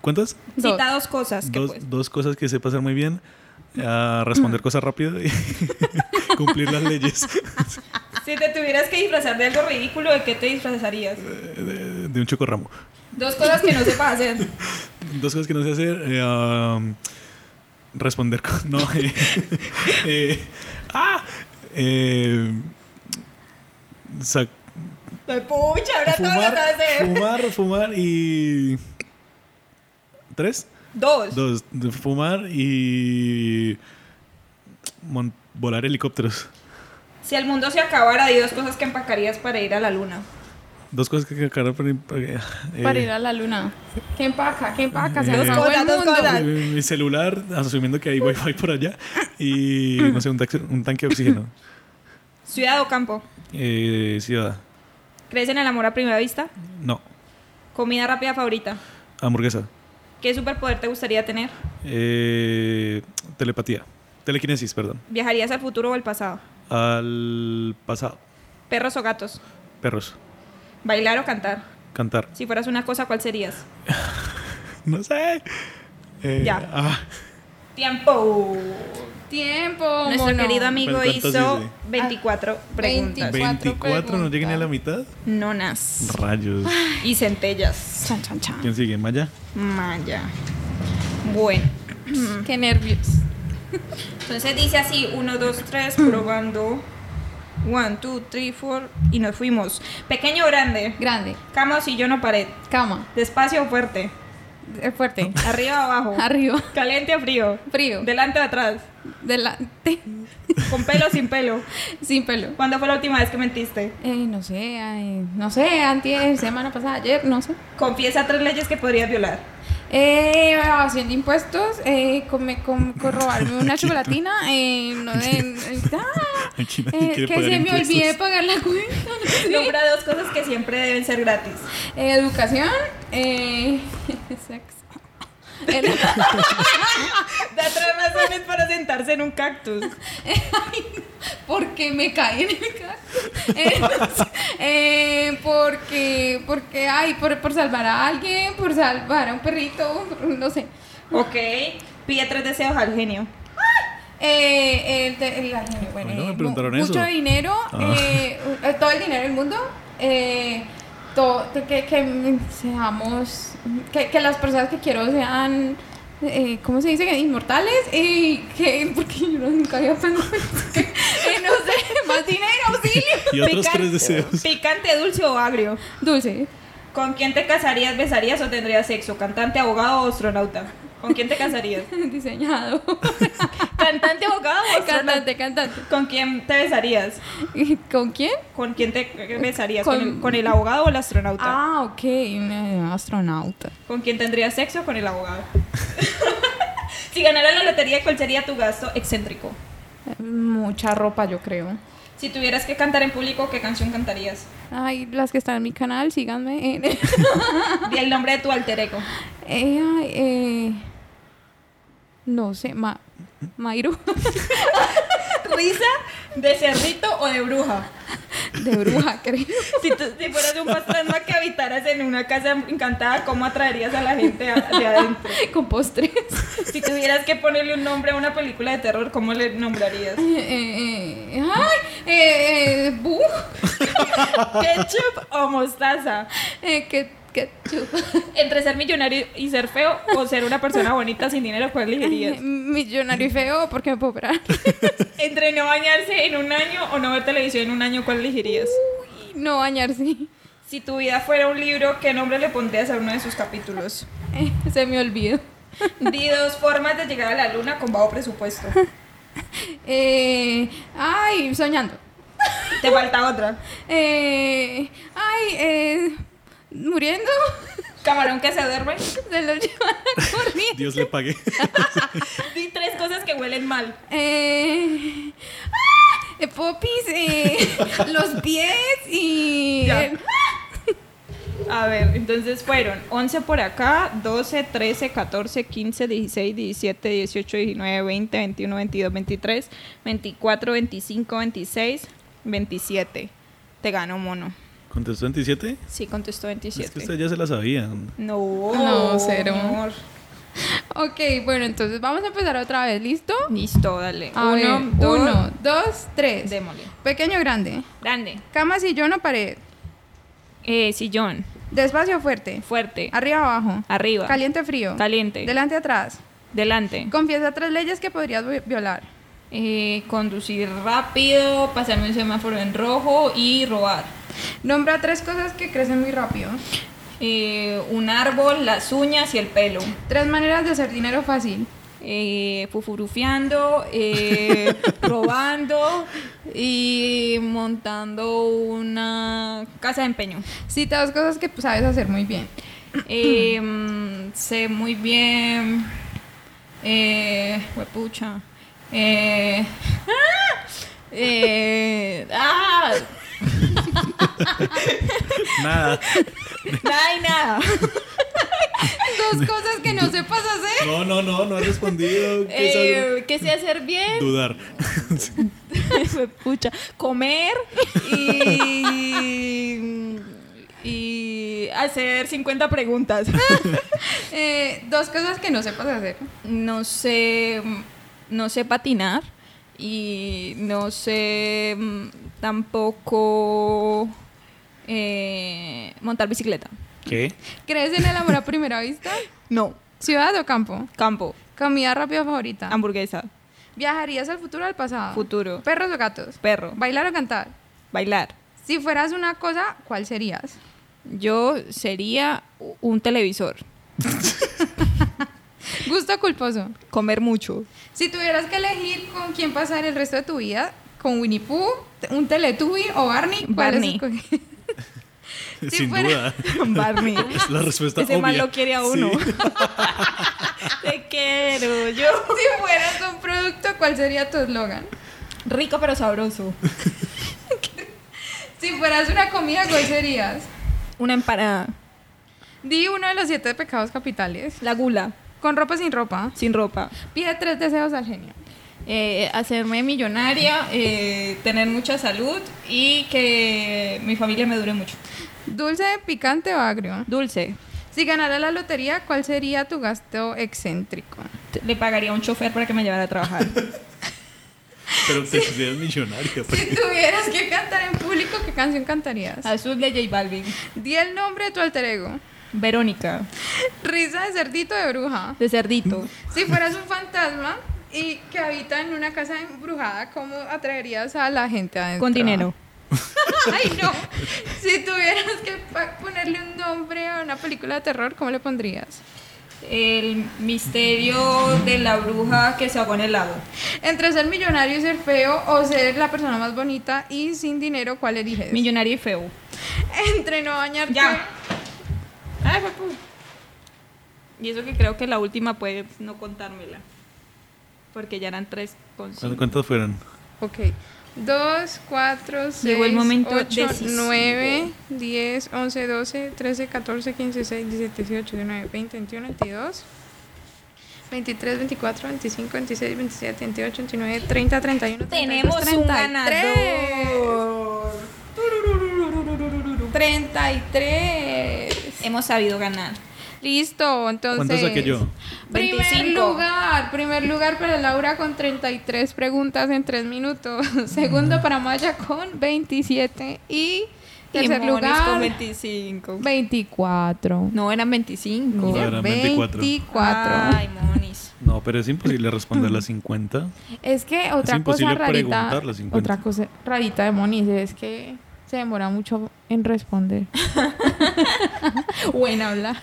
Speaker 4: ¿Cuántas?
Speaker 1: Dos.
Speaker 2: Cita dos cosas que
Speaker 4: Dos,
Speaker 2: pues.
Speaker 4: dos cosas que sé pasar muy bien. A
Speaker 2: [clears throat]
Speaker 4: responder cosas rápido y [laughs] cumplir las leyes
Speaker 2: Si te tuvieras que disfrazar de algo ridículo, ¿de qué te disfrazarías?
Speaker 4: eh, de, de un chocorramo.
Speaker 2: Dos cosas que no sepas hacer.
Speaker 4: Dos cosas que no sé hacer. eh, um, responder. co- [laughs] No. eh, eh, ah, eh, sac-
Speaker 2: Ay, Pucha, ahora todo lo
Speaker 4: fumar,
Speaker 2: sabes hacer.
Speaker 4: fumar, fumar y. ¿Tres?
Speaker 2: Dos.
Speaker 4: Dos. de Fumar y. mon- volar helicópteros.
Speaker 2: Si el mundo se acabara, hay dos cosas que empacarías para ir a la luna.
Speaker 4: Dos cosas que aclarar para, para, eh,
Speaker 1: Para ir a la luna. ¿Qué empaca? ¿Qué empaca? Se
Speaker 4: Eh,
Speaker 1: acabó el
Speaker 2: Dos cosas, dos
Speaker 1: mundo.
Speaker 2: cosas.
Speaker 4: eh, Mi celular, asumiendo que hay wifi por allá, y no sé, un, taxi- un tanque de oxígeno.
Speaker 2: Ciudad o campo.
Speaker 4: Eh, ciudad.
Speaker 2: ¿Crees en el amor a primera vista?
Speaker 4: No.
Speaker 2: Comida rápida favorita.
Speaker 4: Hamburguesa.
Speaker 2: ¿Qué superpoder te gustaría tener?
Speaker 4: Eh, telepatía. Telequinesis, perdón.
Speaker 2: ¿Viajarías al futuro o al pasado?
Speaker 4: Al pasado.
Speaker 2: ¿Perros o gatos?
Speaker 4: Perros.
Speaker 2: ¿Bailar o cantar?
Speaker 4: Cantar.
Speaker 2: Si fueras una cosa, ¿cuál serías?
Speaker 4: No sé. Eh,
Speaker 2: Ya.
Speaker 4: ah,
Speaker 2: Tiempo.
Speaker 1: Tiempo.
Speaker 2: Nuestro
Speaker 1: mono.
Speaker 2: querido amigo
Speaker 4: ¿Cuántas
Speaker 2: hizo
Speaker 4: dice?
Speaker 2: 24 preguntas.
Speaker 4: 24, no
Speaker 1: preguntas.
Speaker 4: llegué ni a la mitad.
Speaker 8: Nonas.
Speaker 4: Rayos.
Speaker 2: Y centellas.
Speaker 1: Chan, chan, chan.
Speaker 4: ¿Quién sigue? Maya.
Speaker 8: Maya. Bueno.
Speaker 1: Mm, Qué nervios.
Speaker 2: Entonces dice así, 1, 2, 3, probando. 1, 2, 3, 4 y nos fuimos. Pequeño o grande.
Speaker 1: Grande.
Speaker 2: Cama o sillón o pared.
Speaker 1: Cama.
Speaker 2: Despacio o fuerte.
Speaker 1: Eh,
Speaker 2: [laughs]
Speaker 1: Fuerte.
Speaker 2: Arriba
Speaker 1: [laughs]
Speaker 2: o abajo.
Speaker 1: Arriba.
Speaker 2: Caliente o frío.
Speaker 1: Frío.
Speaker 2: Delante o atrás.
Speaker 1: Delante. [laughs]
Speaker 2: Con pelo o sin pelo.
Speaker 1: Sin pelo.
Speaker 2: ¿Cuándo fue la última vez que mentiste?
Speaker 1: Eh, no sé, ay, no sé, antes, semana pasada, ayer, no sé.
Speaker 2: Confiesa tres leyes que podrías violar.
Speaker 1: Eh, evasión de impuestos, eh, come, com- corrobarme
Speaker 4: [laughs]
Speaker 1: una chocolatina, eh, no de, eh, ah,
Speaker 4: Aquí nadie
Speaker 1: eh,
Speaker 4: quiere
Speaker 1: que
Speaker 4: pagar
Speaker 1: se me
Speaker 4: impuestos.
Speaker 1: olvide pagar la cuenta. [laughs]
Speaker 2: Nombra dos cosas que siempre deben ser gratis.
Speaker 1: Eh, educación, eh, [laughs] sexo. Eh,
Speaker 2: Da tres razones para sentarse en un cactus.
Speaker 1: porque me caí en el carro. [laughs] Eh, eh, porque, porque, ay, por, por salvar a alguien, por salvar a un perrito, no sé.
Speaker 2: Ok. Pide tres deseos al genio.
Speaker 1: Eh, el de- el- el- bueno,
Speaker 4: Bueno, me
Speaker 1: eh,
Speaker 4: preguntaron
Speaker 1: mu- mucho
Speaker 4: eso.
Speaker 1: dinero,
Speaker 4: Ah.
Speaker 1: eh, eh, todo el dinero del mundo, eh, to- de que, que, mm, seamos, que, que las personas que quiero sean, eh, ¿cómo se dice? Que Inmortales y que, porque yo no- nunca había pensado, que, [laughs] eh, no sé, más dinero, auxilio.
Speaker 4: [laughs] Y otros
Speaker 2: Picante-
Speaker 4: tres deseos.
Speaker 2: Picante, dulce o agrio.
Speaker 1: Dulce,
Speaker 2: ¿Con quién te casarías, besarías o tendrías sexo? ¿Cantante, abogado o astronauta? ¿Con quién te casarías?
Speaker 1: [laughs] diseñado,
Speaker 2: [laughs] ¿Cantante, abogado o astronauta?
Speaker 1: cantante, cantante. [laughs]
Speaker 2: ¿Con quién te besarías?
Speaker 1: ¿Y ¿Con quién?
Speaker 2: ¿Con quién te besarías?
Speaker 1: Con-
Speaker 2: ¿Con, el, con el abogado o el astronauta?
Speaker 1: Ah, ok, un eh, astronauta.
Speaker 2: ¿Con quién tendrías sexo? Con el abogado. [laughs] si ganara la lotería, ¿cuál sería tu gasto excéntrico?
Speaker 1: Mucha ropa, yo creo.
Speaker 2: Si tuvieras que cantar en público, ¿qué canción [laughs] cantarías?
Speaker 1: Ay, las que están en mi canal, síganme. [laughs] Eh, en-
Speaker 2: Di el nombre de tu alter ego.
Speaker 1: Eh, ay, eh, no sé, ma, Mayru, [laughs]
Speaker 2: ¿Risa de cerdito o de bruja?
Speaker 1: de bruja, creo. [laughs]
Speaker 2: Si, tú, si fueras un fantasma que habitaras en una casa encantada, ¿cómo atraerías a la gente a- de adentro?
Speaker 1: Con postres. [laughs]
Speaker 2: Si tuvieras que ponerle un nombre a una película de terror, ¿cómo le nombrarías?
Speaker 1: Eh, eh, eh, ay, eh, eh, bu,
Speaker 2: ¿Ketchup o mostaza?
Speaker 1: eh, que- ketchup.
Speaker 2: Entre ser millonario y ser feo o ser una persona bonita sin dinero, ¿cuál
Speaker 1: [laughs]
Speaker 2: elegirías?
Speaker 1: Millonario y feo porque me puedo operar. [laughs]
Speaker 2: Entre no bañarse en un año o no ver televisión en un año, ¿cuál elegirías?
Speaker 1: Y no bañarse. [laughs]
Speaker 2: Si tu vida fuera un libro, ¿qué nombre le pondrías a uno de sus capítulos?
Speaker 1: Eh, Se me olvidó.
Speaker 2: Di dos formas de llegar a la luna con bajo presupuesto.
Speaker 1: Eh, ay, soñando.
Speaker 2: Te falta otra.
Speaker 1: Eh, ay, eh, muriendo. [laughs]
Speaker 2: Camarón que se duerme.
Speaker 1: Se lo llevan a corriente.
Speaker 4: Dios le pague.
Speaker 2: Di tres cosas que huelen mal.
Speaker 1: Eh, ah, eh, popis, eh, los pies y.
Speaker 2: Ya.
Speaker 1: eh,
Speaker 2: A ver, entonces fueron 11 por acá, 12, 13, 14, 15, 16, 17, 18, 19, 20, 21, 22, 23, 24, 25, 26, 27. Te ganó mono.
Speaker 4: ¿Contestó 27?
Speaker 2: Sí, contestó
Speaker 4: Es que
Speaker 2: 27.
Speaker 4: ustedes ya se la sabían.
Speaker 2: No,
Speaker 1: No, cero.
Speaker 2: amor.
Speaker 1: Ok, bueno, entonces vamos a empezar otra vez, ¿listo?
Speaker 2: Listo, dale.
Speaker 1: A ver,
Speaker 2: uno, dos,
Speaker 1: uno, dos, tres.
Speaker 2: Démosle.
Speaker 1: Pequeño grande.
Speaker 2: Grande.
Speaker 1: Cama, sillón o pared.
Speaker 2: Eh, sillón.
Speaker 1: Despacio o fuerte.
Speaker 2: Fuerte.
Speaker 1: Arriba abajo.
Speaker 2: Arriba.
Speaker 1: Caliente o frío.
Speaker 2: Caliente.
Speaker 1: Delante atrás.
Speaker 2: Delante.
Speaker 1: Confiesa tres leyes que podrías vi- violar.
Speaker 2: Eh, conducir rápido, pasarme un semáforo en rojo y robar.
Speaker 1: Nombra tres cosas que crecen muy rápido.
Speaker 2: Eh, un árbol, las uñas y el pelo.
Speaker 1: Tres maneras de hacer dinero fácil.
Speaker 2: Eh, fufurufiando, eh, robando y montando una casa de empeño.
Speaker 1: Cita dos cosas que sabes hacer muy bien.
Speaker 2: Eh, mm, sé muy bien. Eh, huepucha. Eh, [laughs] eh, ah,
Speaker 4: Nada.
Speaker 2: nada y nada.
Speaker 1: Dos cosas que no sepas hacer.
Speaker 4: No, no, no, no ha respondido. ¿Qué sabe?
Speaker 2: Eh, ¿Qué sé hacer bien? [laughs]
Speaker 4: Dudar.
Speaker 2: Pucha, comer y, [laughs] y hacer 50 preguntas. [laughs]
Speaker 1: Eh, dos cosas que no sepas hacer.
Speaker 2: No sé, no sé patinar y no sé mm, tampoco eh, montar bicicleta.
Speaker 4: ¿Qué?
Speaker 1: ¿Crees en el amor a primera vista?
Speaker 2: No,
Speaker 1: ¿Ciudad o campo?
Speaker 2: campo,
Speaker 1: Comida rápida favorita.
Speaker 2: hamburguesa,
Speaker 1: ¿Viajarías al futuro o al pasado?
Speaker 2: Futuro.
Speaker 1: ¿Perros o gatos?
Speaker 2: perro,
Speaker 1: ¿Bailar o cantar?
Speaker 2: bailar.
Speaker 1: Si fueras una cosa, ¿cuál serías?
Speaker 2: Yo sería u- un televisor,
Speaker 1: ¿Gusto o culposo?
Speaker 2: comer mucho. [laughs]
Speaker 1: Si tuvieras que elegir con quién pasar el resto de tu vida, ¿con Winnie Pooh, un Teletubby o Barney? ¿Cuál
Speaker 2: Barney.
Speaker 1: escogerías? Si
Speaker 4: Sin
Speaker 1: fuera-
Speaker 4: duda.
Speaker 2: Barney.
Speaker 4: Es la respuesta
Speaker 2: Ese
Speaker 4: obvia.
Speaker 2: mal lo quiere a uno.
Speaker 4: Sí.
Speaker 2: Te quiero, yo.
Speaker 1: [laughs] Si fueras un producto, ¿cuál sería tu eslogan?
Speaker 2: Rico pero sabroso.
Speaker 1: Si fueras una comida, ¿cuál serías?
Speaker 2: Una empanada.
Speaker 1: Di uno de los siete pecados capitales.
Speaker 2: La gula,
Speaker 1: Con ropa o sin ropa.
Speaker 2: sin ropa.
Speaker 1: Pide tres deseos al genio.
Speaker 2: Eh, hacerme millonaria, eh, tener mucha salud y que mi familia me dure mucho.
Speaker 1: Dulce, picante o agrio.
Speaker 2: Dulce.
Speaker 1: Si ganara la lotería, ¿cuál sería tu gasto excéntrico?
Speaker 2: Te- Le pagaría a un chofer para que me llevara a trabajar.
Speaker 4: [laughs] Pero te consideras millonaria.
Speaker 1: [laughs] Si tuvieras que cantar en público, ¿qué canción cantarías?
Speaker 2: Azul de J Balvin.
Speaker 1: Di el nombre de tu alter ego.
Speaker 2: Verónica.
Speaker 1: Risa de cerdito de bruja.
Speaker 2: De cerdito.
Speaker 1: Si fueras un fantasma y que habita en una casa embrujada, ¿cómo atraerías a la gente adentro?
Speaker 2: Con dinero.
Speaker 1: [laughs] Ay, no. Si tuvieras que pa- ponerle un nombre a una película de terror, ¿cómo le pondrías?
Speaker 2: El misterio de la bruja que se ahogó en el lago.
Speaker 1: Entre ser millonario y ser feo o ser la persona más bonita y sin dinero, ¿cuál eliges?
Speaker 2: Millonario y feo.
Speaker 1: Entre no bañarte.
Speaker 2: Ya. Ay, fue pu- Y eso que creo que la última puede no contármela. Porque ya eran tres con
Speaker 4: ¿Cuántas
Speaker 2: cinco.
Speaker 4: ¿Cuántos fueron?
Speaker 1: Ok. 2, 4, 6,
Speaker 2: Llegó el momento
Speaker 1: 8,
Speaker 2: decisivo.
Speaker 1: 9, 10, 11, 12, 13, 14, 15, 16, 17, 18, 19, 20, 21, 22, 23, 24, 25, 26, 27, 28, 29, 30, 31, 32,
Speaker 2: Tenemos un ganador.
Speaker 1: 33.
Speaker 2: Hemos sabido ganar.
Speaker 1: Listo, entonces.
Speaker 4: ¿Cuántos saqué yo?
Speaker 1: Primer
Speaker 2: 25.
Speaker 1: lugar, primer lugar para Laura con 33 [laughs] preguntas en 3 minutos. Segundo para Maya con 27 y Tercer
Speaker 2: Timones
Speaker 1: lugar,
Speaker 2: con 25.
Speaker 1: 24.
Speaker 2: No, eran 25.
Speaker 4: No,
Speaker 1: Mira,
Speaker 4: eran 24.
Speaker 1: 24.
Speaker 2: Ay, monis.
Speaker 4: No, pero es imposible responder las 50.
Speaker 1: Es que otra cosa
Speaker 4: imposible
Speaker 1: rarita,
Speaker 4: preguntar las 50.
Speaker 1: otra cosa rarita de Moniz es que se demora mucho en
Speaker 3: [laughs]
Speaker 1: responder. o en hablar.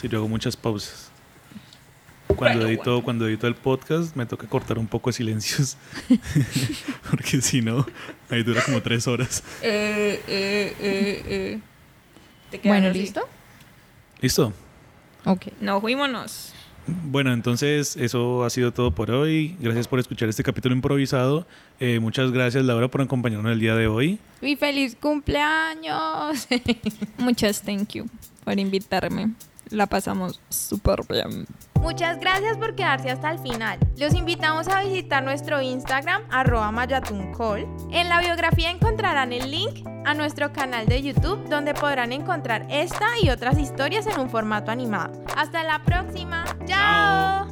Speaker 4: Sí, yo hago muchas pausas. Cuando, edito, cuando edito el podcast me toca cortar un poco de silencios. [laughs] Porque si no, ahí dura como tres horas.
Speaker 2: Eh, eh, eh, eh. Te quedas
Speaker 1: Bueno,
Speaker 2: así.
Speaker 1: ¿listo?
Speaker 4: Listo.
Speaker 1: Ok.
Speaker 2: No, fuímonos.
Speaker 4: Bueno, entonces eso ha sido todo por hoy. Gracias por escuchar este capítulo improvisado. Eh, muchas gracias Laura por acompañarnos el día de hoy.
Speaker 1: Y feliz cumpleaños.
Speaker 2: Muchas thank you por invitarme. La pasamos súper bien.
Speaker 3: Muchas gracias por quedarse hasta el final. Los invitamos a visitar nuestro Instagram, arroba mayatuncall. En la biografía encontrarán el link a nuestro canal de YouTube, donde podrán encontrar esta y otras historias en un formato animado. ¡Hasta la próxima! ¡Chao!